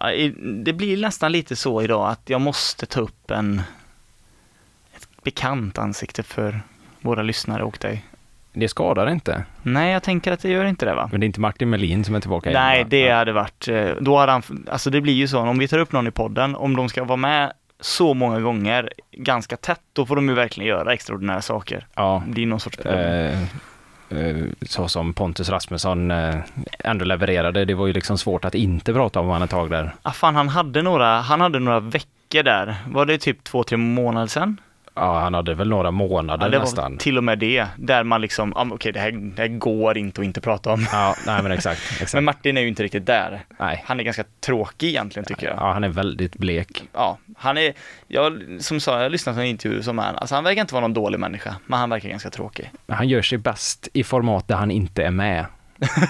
Speaker 2: Ja, i- Det blir nästan lite så idag att jag måste ta upp en ett bekant ansikte för våra lyssnare och dig.
Speaker 3: Det skadar inte.
Speaker 2: Nej, jag tänker att det gör inte det va?
Speaker 3: Men det är inte Martin Melin som är tillbaka igen,
Speaker 2: Nej,
Speaker 3: va?
Speaker 2: det
Speaker 3: Ja.
Speaker 2: hade varit, eh, då hade han, alltså det blir ju så, om vi tar upp någon i podden, om de ska vara med så många gånger, ganska tätt, då får de ju verkligen göra extraordinära saker.
Speaker 3: Ja.
Speaker 2: Det är någon sorts problem.
Speaker 3: Eh, eh, så som Pontus Rasmusson eh, ändå levererade. Det var ju liksom svårt att inte prata om honom ett tag där.
Speaker 2: Ah, fan, han hade några, han hade några veckor där. Var det typ två, tre månader sedan?
Speaker 3: Ja, han hade väl några månader
Speaker 2: Ja, det
Speaker 3: nästan.
Speaker 2: var till och med det, där man liksom, ah, men okej det, här, det här går inte att inte prata om.
Speaker 3: Ja, nej men exakt. exakt.
Speaker 2: Men Martin är ju inte riktigt där.
Speaker 3: nej.
Speaker 2: Han är ganska tråkig egentligen tycker jag.
Speaker 3: Ja, han är väldigt blek.
Speaker 2: Ja, han är, jag, som sa, jag lyssnade på en intervju som han, alltså han verkar inte vara någon dålig människa, men han verkar ganska tråkig.
Speaker 3: Han gör sig bäst i format där han inte är med.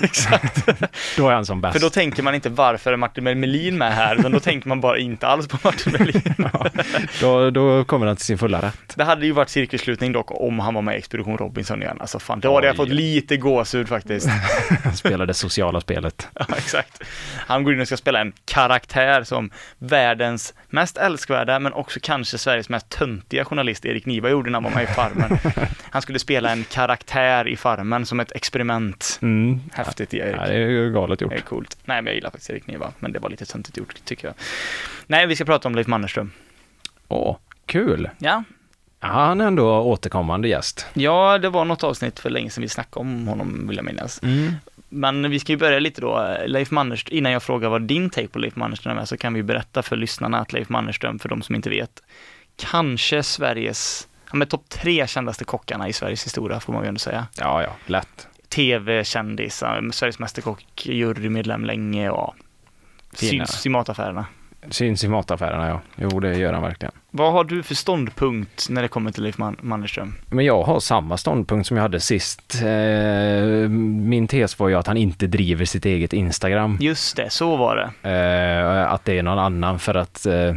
Speaker 2: Exakt.
Speaker 3: Då är han som bäst.
Speaker 2: För då tänker man inte varför är Martin Melin med här, utan då tänker man bara inte alls på Martin Melin.
Speaker 3: då, då kommer han till sin fulla rätt.
Speaker 2: Det hade ju varit cirkelslutning dock om han var med i Expedition Robinson igen. Alltså fan, då hade jag
Speaker 3: Oj.
Speaker 2: fått lite gåshud faktiskt.
Speaker 3: Han spelar det sociala spelet.
Speaker 2: Ja, exakt. Han går in och ska spela en karaktär som världens mest älskvärda, men också kanske Sveriges mest töntiga journalist, Erik Niva, gjorde när han var med i Farmen. Han skulle spela en karaktär i Farmen som ett experiment.
Speaker 3: Mm.
Speaker 2: Häftigt, Erik.
Speaker 3: Ja, det är ju galet gjort.
Speaker 2: Det är coolt. Nej, men jag gillar faktiskt Erik Niva, men det var lite töntigt gjort, tycker jag. Nej, vi ska prata om Leif Mannerström.
Speaker 3: Åh, kul.
Speaker 2: Ja,
Speaker 3: Ja, han är ändå återkommande gäst.
Speaker 2: ja det var något avsnitt för länge sedan vi snackade om honom, vill jag minnas. Men vi ska ju börja lite då, Leif Mannerström, innan jag frågar vad din take på Leif Mannerström är, så kan vi berätta för lyssnarna att Leif Mannerström, för de som inte vet, kanske Sveriges, ja men topp tre kändaste kockarna i Sveriges historia, får man ju ändå säga.
Speaker 3: Ja, ja, lätt.
Speaker 2: Tv-kändis, ja, Sveriges Mästerkock, jurymedlem länge och
Speaker 3: Fina.
Speaker 2: syns i mataffärerna.
Speaker 3: Syns i mataffärerna, ja. Jo, det gör han verkligen.
Speaker 2: Vad har du för ståndpunkt när det kommer till Leif Man- Mannerström?
Speaker 3: Men jag har samma ståndpunkt som jag hade sist. Eh, min tes var ju att han inte driver sitt eget Instagram.
Speaker 2: Just det, så var det.
Speaker 3: Eh, att det är någon annan för att eh,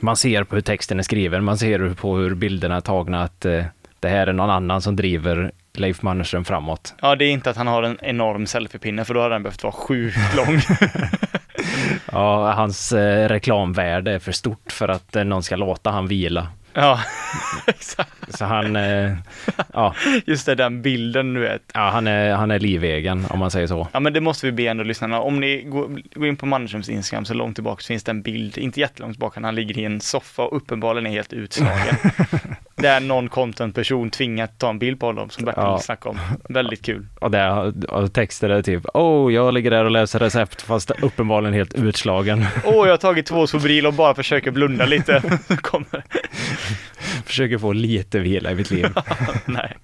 Speaker 3: man ser på hur texten är skriven, man ser på hur bilderna är tagna att eh, det här är någon annan som driver Leif Mannerström framåt.
Speaker 2: Ja, det är inte att han har en enorm selfiepinne, för då hade den behövt vara sjukt lång.
Speaker 3: Ja, hans eh, reklamvärde är för stort för att eh, någon ska låta han vila.
Speaker 2: ja, exakt.
Speaker 3: Så han, eh, ja,
Speaker 2: Just det, den bilden du vet.
Speaker 3: ja han, är, han är livegen om man säger så.
Speaker 2: Ja men det måste vi be ändå lyssnarna. Om ni går går in på Mannerströms Instagram så långt tillbaka så finns det en bild, inte jättelångt tillbaka, när han ligger i en soffa och uppenbarligen är helt utslagen. Där någon contentperson tvingat ta en bild på honom som Bertil
Speaker 3: Ja.
Speaker 2: snackade om. Väldigt kul.
Speaker 3: Och, där, och texter är typ, oh, jag ligger där och läser recept fast uppenbarligen helt utslagen.
Speaker 2: Åh, jag har tagit två Sobril och bara försöker blunda lite. Kommer.
Speaker 3: Försöker få lite vila i mitt liv.
Speaker 2: Nej.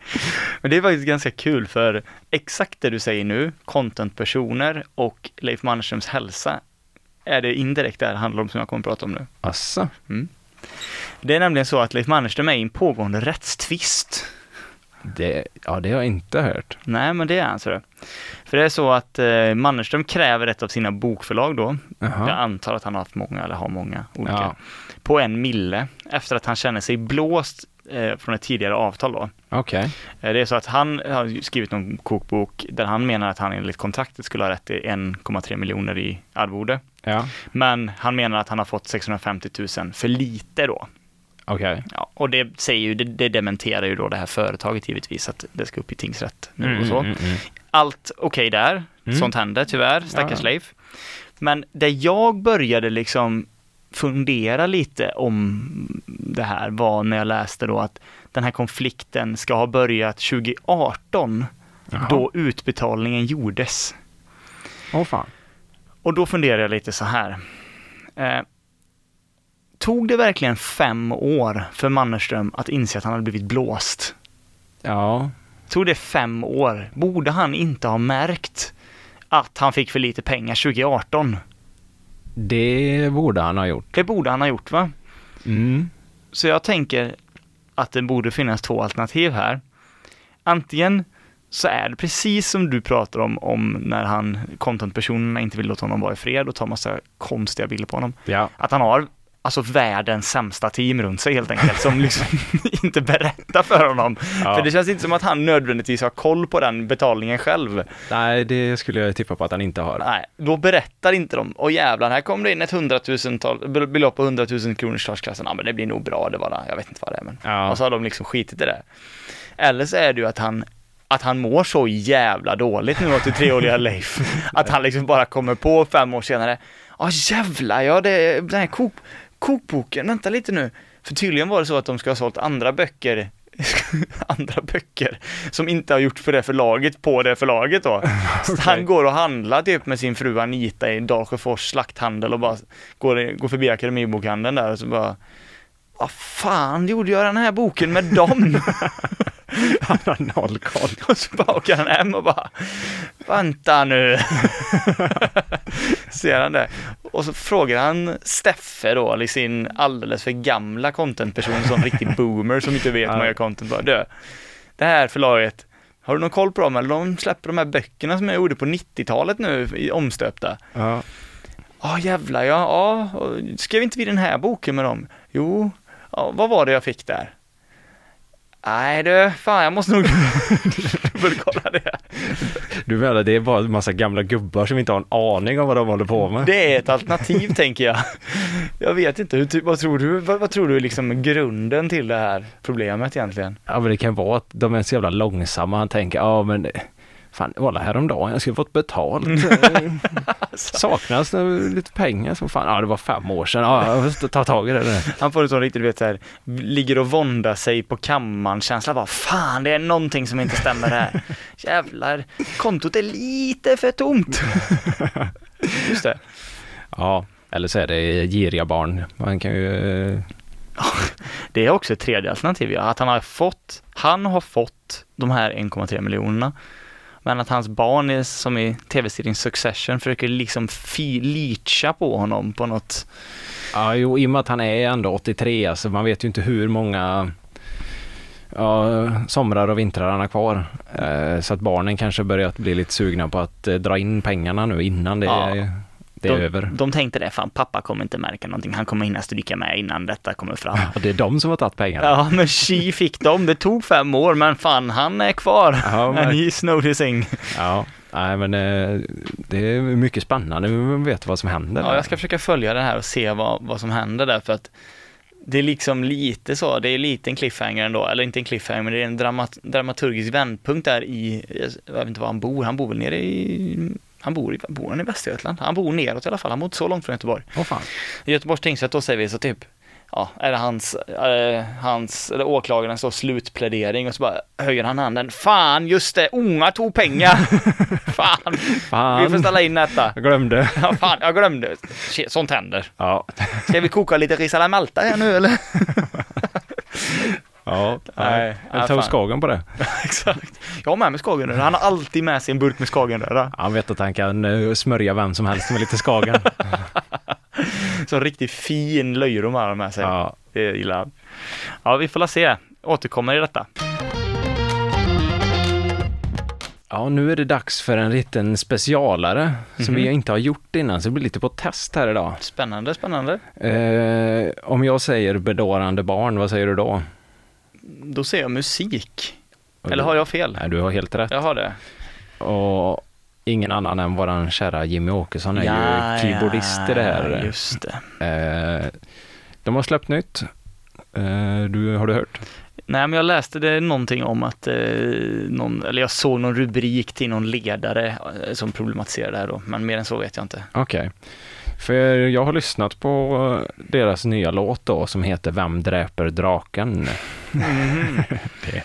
Speaker 2: Men det är faktiskt ganska kul för exakt det du säger nu, contentpersoner och Leif Mannerströms hälsa, är det indirekt det här handlar om som jag kommer att prata om nu.
Speaker 3: Asså?
Speaker 2: Det är nämligen så att Leif Mannerström är i en pågående rättstvist.
Speaker 3: Det, ja, det har jag inte hört.
Speaker 2: Nej, men det är han, ser du. För det är så att eh, Mannerström kräver ett av sina bokförlag då,
Speaker 3: Jaha.
Speaker 2: jag antar att han har haft många, eller har många olika,
Speaker 3: Ja.
Speaker 2: på en mille efter att han känner sig blåst eh, från ett tidigare avtal då.
Speaker 3: Okej.
Speaker 2: Eh, Det är så att han har ju skrivit någon kokbok där han menar att han enligt kontraktet skulle ha rätt till 1,3 miljoner i arvode.
Speaker 3: Ja.
Speaker 2: Men han menar att han har fått 650 000 för lite då.
Speaker 3: Okej.
Speaker 2: Ja, och det säger ju, det, det dementerar ju då det här företaget givetvis att det ska upp i tingsrätt nu och så. Allt okej där, sånt händer tyvärr, stackars Leif. Men där jag började liksom fundera lite om det här var när jag läste då att den här konflikten ska ha börjat 2018 då utbetalningen gjordes.
Speaker 3: Åh fan.
Speaker 2: Och då funderar jag lite så här. Eh, tog det verkligen fem år för Mannerström att inse att han hade blivit blåst?
Speaker 3: Ja.
Speaker 2: Tog det fem år? Borde han inte ha märkt att han fick för lite pengar 2018?
Speaker 3: Det borde han ha gjort.
Speaker 2: Det borde han ha gjort va?
Speaker 3: Mm.
Speaker 2: Så jag tänker att det borde finnas två alternativ här. Antingen så är det precis som du pratar om, om när han, contentpersonerna inte vill låta honom vara i fred och tar massa konstiga bilder på honom.
Speaker 3: Ja.
Speaker 2: Att han har alltså världens sämsta team runt sig helt enkelt, som liksom inte berättar för honom. För det känns inte som att han nödvändigtvis har koll på den betalningen själv.
Speaker 3: Nej, det skulle jag tippa på att han inte har.
Speaker 2: Nej, då berättar inte de. Åh jävlar, här kom det in ett hundratusental, bel- belopp på hundratusen kronors klarsklassen. Ja men det blir nog bra, det var det. Jag vet inte vad det är men.
Speaker 3: Ja.
Speaker 2: Och så har de liksom skitit i det. Eller så är det ju att han, att han mår så jävla dåligt nu, 83-åriga Leif. Att han liksom bara kommer på fem år senare. Ja jävlar, ja det, den här kok, kokboken, vänta lite nu. För tydligen var det så att de ska ha sålt andra böcker andra böcker som inte har gjort för det förlaget på det förlaget då. Så Han går och handlar typ med sin fru Anita i Dalsjöfors slakthandel och bara går, går förbi Akademibokhandeln där och så bara vad fan gjorde jag den här boken med dem?
Speaker 3: Han har noll koll.
Speaker 2: och så bara åker han hem och bara Vänta nu! Ser han det? Och så frågar han Steffe då, liksom sin alldeles för gamla contentperson, sån riktig boomer som inte vet hur man gör content. Bara, du, det här förlaget, har du någon koll på dem? Eller de släpper de här böckerna som jag gjorde på 90-talet nu, i- omstöpta.
Speaker 3: Ja.
Speaker 2: Ja jävlar ja, ja, och skrev inte vi den här boken med dem? Jo, ja, vad var det jag fick där? Nej du, fan jag måste nog dubbelkolla det.
Speaker 3: Du menar det är bara en massa gamla gubbar som inte har en aning om vad de håller på med?
Speaker 2: Det är ett alternativ tänker jag. Jag vet inte, hur, ty- vad tror du, vad, vad tror du är liksom grunden till det här problemet egentligen?
Speaker 3: Ja men det kan vara att de är så jävla långsamma. Han tänker, ja men fan det var det häromdagen, jag skulle fått betalt. Mm. Saknas nu lite pengar som fan, ja det var fem år sedan, ja jag måste ta tag i det nu.
Speaker 2: Han får en sån riktigt, du vet såhär, ligger och våndar sig på kammaren känsla bara fan det är någonting som inte stämmer här. Jävlar, kontot är lite för tomt. Just det.
Speaker 3: Ja, eller så är det giriga barn. Man kan ju... eh,
Speaker 2: Det är också ett tredje alternativ, ja. Att han har fått, han har fått de här 1,3 miljonerna. Men att hans barn är, som i tv-serien Succession försöker liksom fi- leacha på honom på något.
Speaker 3: Ja, jo, i och med att han är ändå 83, alltså man vet ju inte hur många ja, somrar och vintrar han har kvar. Eh, Så att barnen kanske börjat bli lite sugna på att eh, dra in pengarna nu innan det,
Speaker 2: Ja.
Speaker 3: det är
Speaker 2: de,
Speaker 3: över.
Speaker 2: de tänkte det, fan pappa kommer inte märka någonting, han kommer hinna stryka med innan detta kommer fram.
Speaker 3: Och det är de som har tagit pengarna.
Speaker 2: Ja, men tji fick dem, det tog fem år, men fan han är kvar.
Speaker 3: Ja, men-
Speaker 2: And he's noticing.
Speaker 3: Ja, nej men eh, det är mycket spännande, man vet vad som händer.
Speaker 2: Ja, jag ska försöka följa det här och se vad, vad som händer där för att det är liksom lite så, det är lite en cliffhanger ändå, eller inte en cliffhanger men det är en dramat, dramaturgisk vändpunkt där i, jag vet inte var han bor, han bor väl nere i, han bor i, bor han i Västergötland? Han bor neråt i alla fall, han bor inte så långt från Göteborg.
Speaker 3: Åh, fan.
Speaker 2: I Göteborgs tingsrätt då säger vi så typ, ja, är det hans, eh, hans, eller åklagarens då slutplädering och så bara höjer han handen, fan just det, unga tog pengar! fan,
Speaker 3: Fan.
Speaker 2: vi får ställa in detta!
Speaker 3: Jag glömde.
Speaker 2: Ja, fan, jag glömde. Shit, Sånt händer.
Speaker 3: Ja.
Speaker 2: Ska vi koka lite ris à la Malta här nu eller?
Speaker 3: ja.
Speaker 2: Nej,
Speaker 3: Nej,
Speaker 2: ja,
Speaker 3: jag tog
Speaker 2: fan.
Speaker 3: skagen på det.
Speaker 2: Exakt. Jag har med mig skagenröra. Han har alltid med sig en burk med skagenröra.
Speaker 3: Han vet att han kan eh, smörja vem som helst med lite skagen.
Speaker 2: Så en riktigt fin löjrom har han med sig.
Speaker 3: Ja.
Speaker 2: Det gillar han. Ja, vi får la se. Återkommer i detta.
Speaker 3: Ja, nu är det dags för en liten specialare som vi inte har gjort innan, så det blir lite på test här idag.
Speaker 2: Spännande, spännande.
Speaker 3: Eh, om jag säger bedårande barn, vad säger du då?
Speaker 2: Då ser jag musik. Eller har jag fel?
Speaker 3: Nej, du har helt rätt.
Speaker 2: Jag har det.
Speaker 3: Och ingen annan än våran kära Jimmy Åkesson är ju keyboardist i det här.
Speaker 2: Just det.
Speaker 3: Eh, de har släppt nytt. Eh, du, har du hört?
Speaker 2: Nej, men jag läste det någonting om att, eh, någon, eller jag såg någon rubrik till någon ledare eh, som problematiserade det här då, men mer än så vet jag inte.
Speaker 3: Okej. För jag har lyssnat på eh, deras nya låt då som heter Vem dräper draken? det,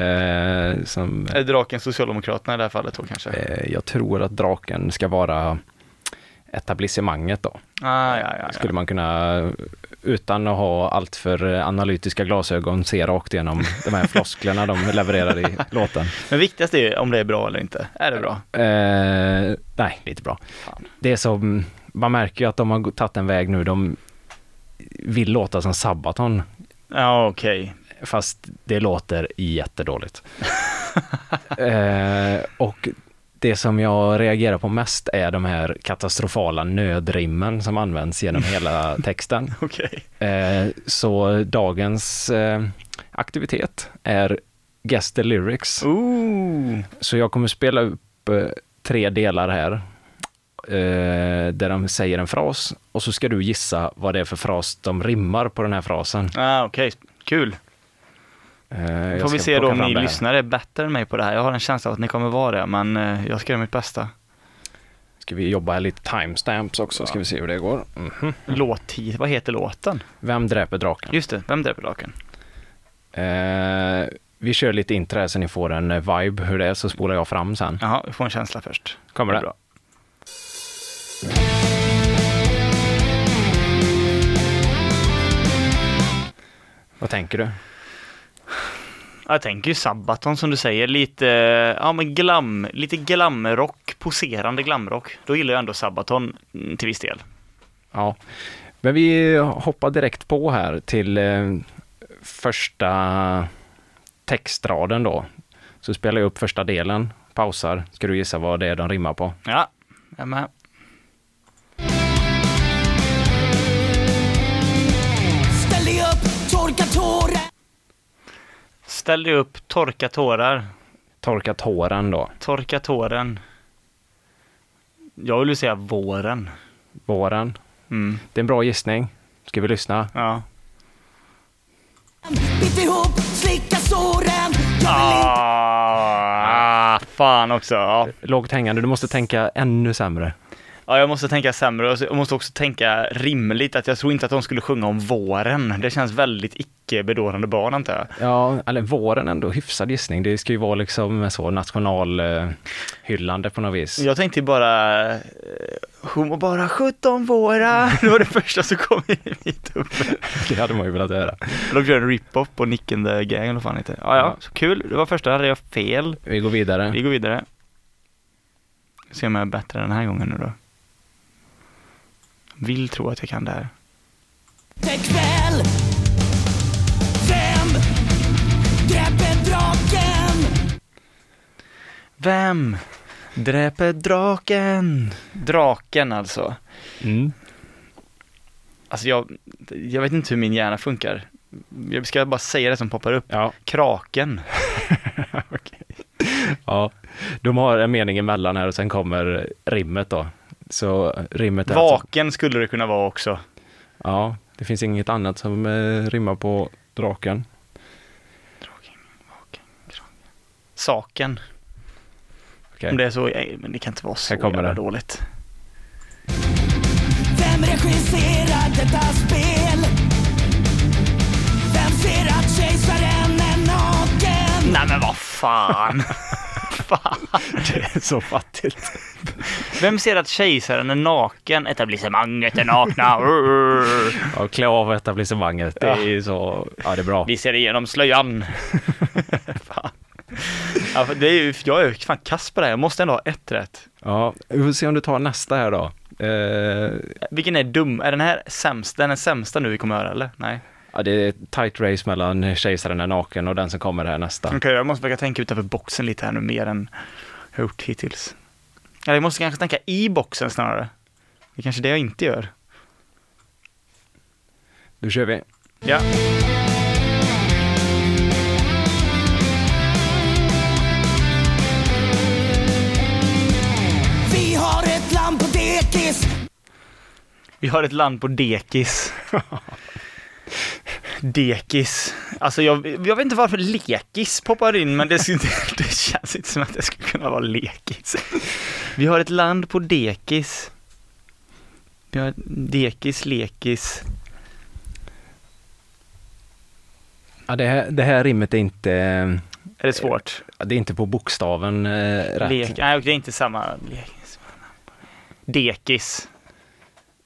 Speaker 3: eh, som,
Speaker 2: Är draken Socialdemokraterna i det här fallet då kanske?
Speaker 3: eh, jag tror att draken ska vara etablissemanget då.
Speaker 2: Ah, ja, ja, ja.
Speaker 3: Skulle man kunna, utan att ha alltför analytiska glasögon, se rakt igenom de här flosklerna de levererar i låten.
Speaker 2: Men viktigast är ju om det är bra eller inte. Är det bra?
Speaker 3: Eh, nej, lite bra. Det är som, man märker ju att de har tagit en väg nu, de vill låta som Sabaton,
Speaker 2: Ja, okej.
Speaker 3: fast det låter jättedåligt. eh, och det som jag reagerar på mest är de här katastrofala nödrimmen som används genom hela texten.
Speaker 2: Okej.
Speaker 3: Eh, så dagens eh, aktivitet är Guess the Lyrics.
Speaker 2: Ooh.
Speaker 3: Så jag kommer spela upp eh, tre delar här. Eh, där de säger en fras och så ska du gissa vad det är för fras de rimmar på den här frasen.
Speaker 2: Ah, okej. Kul.
Speaker 3: Eh, jag
Speaker 2: Får
Speaker 3: ska
Speaker 2: vi se då
Speaker 3: plocka
Speaker 2: om
Speaker 3: fram
Speaker 2: ni
Speaker 3: det här.
Speaker 2: lyssnare är bättre än mig på det här. Jag har en känsla av att ni kommer vara det, men eh, jag ska göra mitt bästa.
Speaker 3: Ska vi jobba här lite timestamps också, ska vi se hur det går. Mhm.
Speaker 2: Låttid, vad heter låten?
Speaker 3: Vem dräper draken?
Speaker 2: Just det, Vem dräper draken?
Speaker 3: Eh, vi kör lite intro här så ni får en eh, vibe hur det är, så spolar jag fram sen.
Speaker 2: Jaha, vi får en känsla först.
Speaker 3: Kommer det?
Speaker 2: Bra.
Speaker 3: Vad tänker du?
Speaker 2: Ja, Jag tänker ju Sabaton som du säger, lite, eh, ja men glam, lite glamrock, poserande glamrock. Då gillar jag ändå Sabaton mm, till viss del.
Speaker 3: Ja, men vi hoppar direkt på här till eh, första textraden då. Så spelar jag upp första delen, pausar, ska du gissa vad det är de rimmar på?
Speaker 2: Ja, jag är med.
Speaker 6: Ställ dig upp, torka tårar
Speaker 2: Ställ dig upp, torka tårar,
Speaker 3: Torka tåren då,
Speaker 2: torka tåren. Jag vill ju säga våren.
Speaker 3: våren.
Speaker 2: Mm,
Speaker 3: Det är en bra gissning. Ska vi lyssna?
Speaker 2: ja.
Speaker 6: Bit ihop, slicka såren
Speaker 2: Ah, fan också. Ja.
Speaker 3: Lågt hängande, du måste tänka ännu sämre.
Speaker 2: ja, jag måste tänka sämre och så- jag måste också tänka rimligt att jag tror inte att de skulle sjunga om våren. Det känns väldigt icke-bedårande barn antar jag.
Speaker 3: Ja, eller våren ändå, hyfsad gissning. Det ska ju vara liksom så nationalhyllande på något vis.
Speaker 2: Jag tänkte ju bara, eh, hon var bara 17 våra. Det var det första som kom i mitt huvud.
Speaker 3: Det hade man ju velat höra.
Speaker 2: De körde en rip-off på Nick and the Gang eller vad fan heter. Ja, ja,
Speaker 3: Ja.
Speaker 2: så kul. Det var första, hade jag fel.
Speaker 3: Vi går vidare.
Speaker 2: Vi går vidare. Vi ser om jag är bättre den här gången nu då. Vill tro att jag kan det här.
Speaker 6: Det är kväll Vem dräper draken?
Speaker 2: Vem dräper draken? Draken alltså.
Speaker 3: Mm.
Speaker 2: Alltså jag, jag vet inte hur min hjärna funkar. Jag ska bara säga det som poppar upp.
Speaker 3: Ja,
Speaker 2: Kraken.
Speaker 3: Ja, de har en mening emellan här och sen kommer rimmet då. Så rimmet är alltså-
Speaker 2: Vaken skulle det kunna vara också.
Speaker 3: Ja, det finns inget annat som eh, rimmar på draken.
Speaker 2: Saken.
Speaker 3: Okej.
Speaker 2: Om det är så, nej, men det kan inte vara så
Speaker 3: Här kommer
Speaker 2: jävla
Speaker 3: det.
Speaker 2: dåligt.
Speaker 6: Vem regisserar detta spel? Vem ser att kejsaren är naken?
Speaker 2: Nej men vad fan. fan.
Speaker 3: Det är så fattigt.
Speaker 2: Vem ser att kejsaren är naken? Etablissemanget är nakna. Urr.
Speaker 3: Ja, klä av etablissemanget. Det är ju så, ja det är bra.
Speaker 2: Vi ser igenom slöjan. fan. Ja, för det är ju, jag är ju fan kass på det här. Jag måste ändå ha ett rätt.
Speaker 3: Ja, vi får se om du tar nästa här då. Eh,
Speaker 2: Vilken är dum? Är den här sämst? Den är sämsta nu vi kommer höra eller? Nej.
Speaker 3: ja, det är ett tight race mellan kejsaren är naken och den som kommer här nästa.
Speaker 2: Okej, jag måste försöka tänka utanför boxen lite här nu mer än jag har gjort hittills. Eller jag måste kanske tänka i boxen snarare. Det är kanske det jag inte gör.
Speaker 3: Då kör vi.
Speaker 2: Ja.
Speaker 6: Vi har ett land på dekis
Speaker 2: Vi har ett land på dekis. Dekis. Alltså jag, jag vet inte varför lekis poppar in, men det, sk- det känns inte som att det skulle kunna vara lekis. Vi har ett land på dekis. Vi har dekis, lekis.
Speaker 3: Ja, det, här, det här rimmet är inte,
Speaker 2: Är det svårt?
Speaker 3: det är inte på bokstaven eh, rätt.
Speaker 2: Lek, nej, det är inte samma. Lekis. Dekis.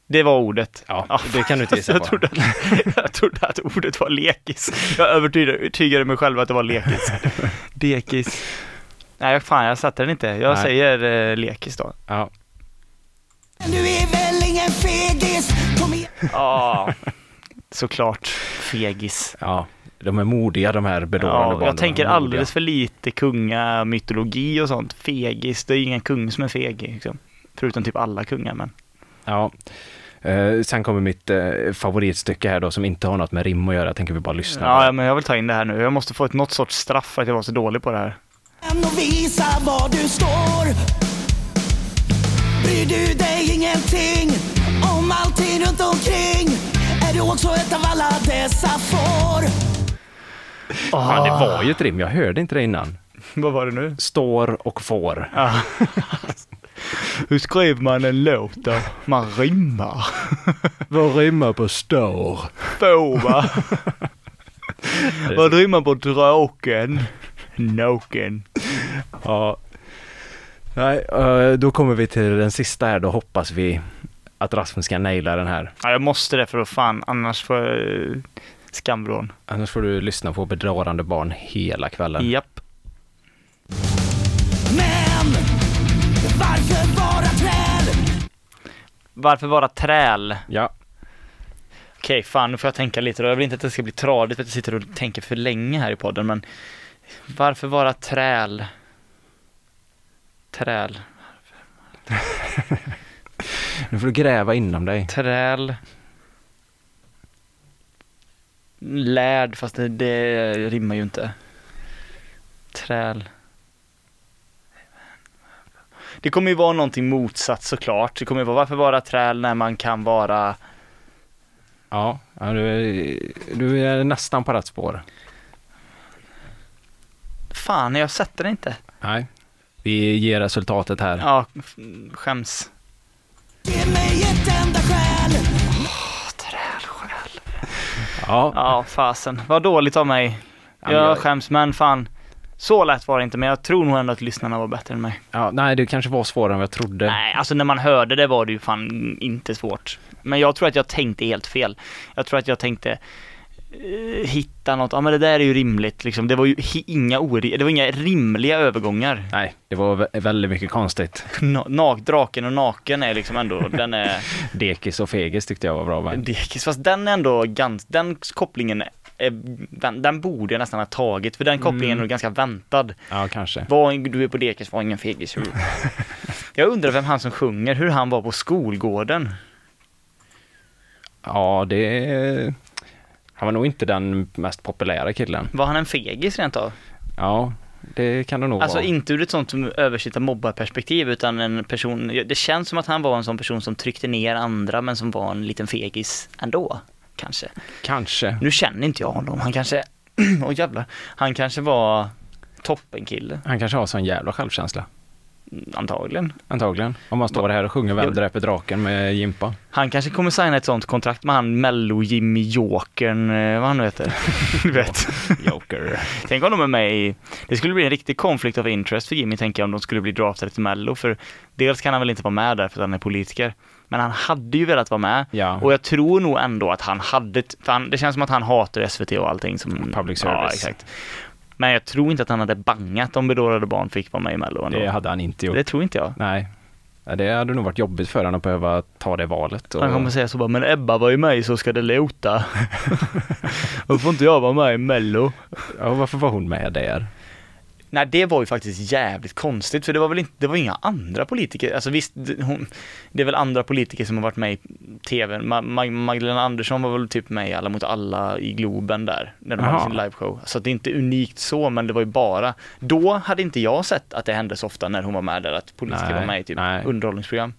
Speaker 2: Det var ordet.
Speaker 3: Ja, det kan du inte gissa
Speaker 2: jag
Speaker 3: på.
Speaker 2: trodde, att, jag trodde att ordet var lekis. Jag övertygade, övertygade mig själv att det var lekis. Dekis. Nej, fan jag satte den inte. Jag
Speaker 3: Nej.
Speaker 2: säger eh, lekis då.
Speaker 3: Ja.
Speaker 6: Du är väl ingen fegis? Kom igen.
Speaker 2: Ja, såklart. Fegis.
Speaker 3: Ja, de är modiga de här bedårande
Speaker 2: Ja,
Speaker 3: barnen.
Speaker 2: jag tänker
Speaker 3: De är modiga.
Speaker 2: alldeles för lite kungamytologi och sånt. Fegis, det är ingen kung som är fegis. Liksom. Förutom typ alla kungar, men.
Speaker 3: Ja. Eh, sen kommer mitt eh, favoritstycke här då som inte har något med rim att göra. Jag tänker vi bara lyssna. på
Speaker 2: Ja,
Speaker 3: det.
Speaker 2: ja, men jag vill ta in det här nu. Jag måste få ett något sorts straff för att jag var så dålig på det här.
Speaker 6: och visa var du står. Bryr du dig ingenting om allting runt omkring? Är du också ett av alla dessa får?
Speaker 3: Fan, det var ju ett rim. Jag hörde inte det innan.
Speaker 2: Vad var det nu?
Speaker 3: Står och får.
Speaker 2: Hur skrev man en låt då? Man rimmar.
Speaker 3: Vad rimmar på står?
Speaker 2: Få va? Vad rimmar på draken? Noken.
Speaker 3: Ja. Nej, eh, då kommer vi till den sista här. Då hoppas vi att Rasmus ska naila den här.
Speaker 2: Ja, jag måste det för att fan, annars får jag eh, skamvrån.
Speaker 3: Annars får du lyssna på Bedrarande barn hela kvällen.
Speaker 2: Japp.
Speaker 6: Men varför vara träl?
Speaker 2: Varför vara träl?
Speaker 3: Ja.
Speaker 2: Okej, fan nu får jag tänka lite då. Jag vill inte att det ska bli tradigt för att jag sitter och tänker för länge här i podden, men varför vara träl? Träl.
Speaker 3: Nu får du gräva inom dig.
Speaker 2: Träl. Lärd, fast det, det rimmar ju inte. Träl. Det kommer ju vara någonting motsatt såklart. Det kommer ju vara, varför vara träl när man kan vara...
Speaker 3: Ja, ja du, är, du är nästan på rätt spår.
Speaker 2: Fan, jag sätter det inte.
Speaker 3: Nej. Vi ger resultatet här.
Speaker 2: Ja, f- skäms.
Speaker 6: Ge mig ett enda skäl.
Speaker 2: Trälskäl.
Speaker 3: Ja.
Speaker 2: Ja, fasen. Vad dåligt av mig.
Speaker 3: men
Speaker 2: Jag
Speaker 3: jag-
Speaker 2: skäms, men fan. Så lätt var det inte, men jag tror nog ändå att lyssnarna var bättre än mig.
Speaker 3: Ja, nej, det kanske var svårare än vad jag trodde.
Speaker 2: Nej, alltså när man hörde det var det ju fan inte svårt. Men jag tror att jag tänkte helt fel. Jag tror att jag tänkte eh, hitta något, ja men det där är ju rimligt liksom. Det var ju hi- inga, ori- det var inga rimliga övergångar.
Speaker 3: Nej, det var vä- väldigt mycket konstigt.
Speaker 2: Na- nak- draken och naken är liksom ändå, den är
Speaker 3: Dekis och fegis tyckte jag var bra. Men...
Speaker 2: dekis. Fast den är ändå ganska, den kopplingen, är, den, den borde jag nästan ha tagit för den kopplingen är nog ganska väntad.
Speaker 3: Ja, kanske.
Speaker 2: Var, du är på dekis, var ingen fegis. Jag undrar vem han som sjunger, hur han var på skolgården.
Speaker 3: Ja, det... Han var nog inte den mest populära killen.
Speaker 2: Var han en fegis rent av?
Speaker 3: Ja, det kan det nog
Speaker 2: Alltså
Speaker 3: vara.
Speaker 2: inte ur ett sånt översitta mobbarperspektiv utan en person, det känns som att han var en sån person som tryckte ner andra men som var en liten fegis ändå. Kanske.
Speaker 3: Kanske.
Speaker 2: Nu känner inte jag honom, han kanske, åh jävlar, han kanske var toppenkille,
Speaker 3: Han kanske har sån jävla självkänsla.
Speaker 2: antagligen.
Speaker 3: Antagligen. Om man står här och sjunger Vem
Speaker 2: Jag-
Speaker 3: dräper draken med Jimpa.
Speaker 2: Han kanske kommer signa ett sånt kontrakt med han mello-Jimmy Jokern, eh, vad han nu heter. Du vet.
Speaker 3: Joker.
Speaker 2: Tänk om de är med i, det skulle bli en riktig konflikt of interest för Jimmy tänker jag om de skulle bli draftade till Mello för dels kan han väl inte vara med där för att han är politiker men han hade ju velat vara med
Speaker 3: Ja.
Speaker 2: och jag tror nog ändå att han hade, t- för han, det känns som att han hatar SVT och allting som
Speaker 3: Public
Speaker 2: Ja,
Speaker 3: service.
Speaker 2: exakt. Men jag tror inte att han hade bangat om bedårade barn fick vara med i Mello ändå.
Speaker 3: Det hade han inte gjort.
Speaker 2: det tror inte jag.
Speaker 3: Nej. Ja, Det hade nog varit jobbigt för honom att behöva ta det valet. Och...
Speaker 2: Han kommer säga så bara, men Ebba var ju med i Så ska det låta. Varför får inte jag vara med i Mello?
Speaker 3: ja, varför var hon med där?
Speaker 2: Nej, det var ju faktiskt jävligt konstigt, för det var väl inte, det var inga andra politiker, alltså visst, det- hon, det är väl andra politiker som har varit med i tv, Ma- Ma- Magdalena Andersson var väl typ med i Alla mot alla i Globen där, när de hade
Speaker 3: Jaha.
Speaker 2: sin liveshow. Så att det är inte unikt så, men det var ju bara, då hade inte jag sett att det hände så ofta när hon var med där, att politiker
Speaker 3: Nej, Mm.
Speaker 2: var med i typ
Speaker 3: nej.
Speaker 2: underhållningsprogram.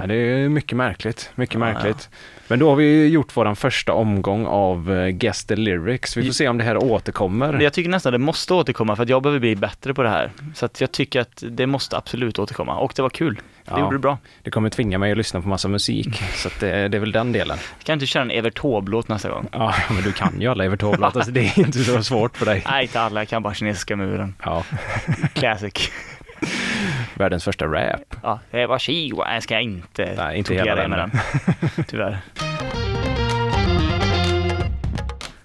Speaker 3: Ja, det är mycket märkligt. Mycket märkligt. Men då har vi ju gjort vår första omgång av eh, Guess the Lyrics. Vi får se om det här återkommer.
Speaker 2: Jag tycker nästan det måste återkomma för att jag behöver bli bättre på det här. Så att jag tycker att det måste absolut återkomma. Och det var kul. Det
Speaker 3: Ja.
Speaker 2: gjorde du bra.
Speaker 3: Det kommer tvinga mig att lyssna på massa musik.
Speaker 2: Mm.
Speaker 3: Så att det, det är väl den delen.
Speaker 2: Jag kan inte köra en Evert Taube-låt nästa gång.
Speaker 3: Ja, men du kan ju alla Evert Taube-låtar så det är inte så svårt för dig.
Speaker 2: Nej, inte alla. Jag kan bara kinesiska muren.
Speaker 3: Ja,
Speaker 2: Classic.
Speaker 3: världens första rap.
Speaker 2: Ja, det var Chihuahua. Nej, ska jag inte
Speaker 3: Nej, inte
Speaker 2: tortera
Speaker 3: hela
Speaker 2: er
Speaker 3: den.
Speaker 2: Tyvärr.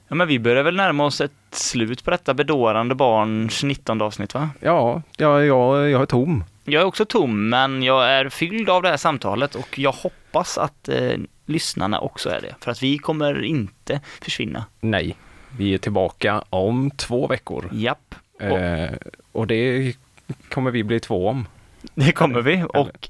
Speaker 2: Ja, men vi börjar väl närma oss ett slut på detta bedårande barns 19 avsnitt, va?
Speaker 3: Ja, ja, ja jag är tom.
Speaker 2: Jag är också tom, men jag är fylld av det här samtalet och jag hoppas att eh, lyssnarna också är det. För att vi kommer inte försvinna.
Speaker 3: Nej, vi är tillbaka om två veckor.
Speaker 2: Japp. Och
Speaker 3: Eh, och det kommer vi bli två om.
Speaker 2: Det kommer vi. Och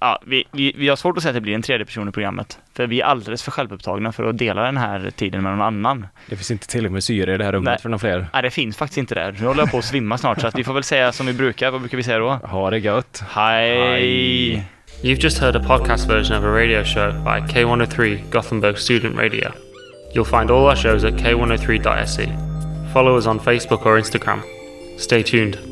Speaker 2: ja, vi, vi, vi har svårt att säga att det blir en tredje person i programmet. För vi är alldeles för självupptagna för att dela den här tiden med någon annan.
Speaker 3: Det finns inte tillräckligt med syre i det här rummet
Speaker 2: Nej.
Speaker 3: för några fler.
Speaker 2: Nej, det finns faktiskt inte där. Nu håller jag på att svimma snart, så att vi får väl säga som vi brukar. Vad brukar vi säga då?
Speaker 3: Ha det gött.
Speaker 2: Hej!
Speaker 3: Hej.
Speaker 1: You've just heard a podcast version of a radio show by K103 Gothenburg Student Radio. You'll find oh E. all our shows at k103.se. Follow us on Facebook or Instagram. Stay tuned.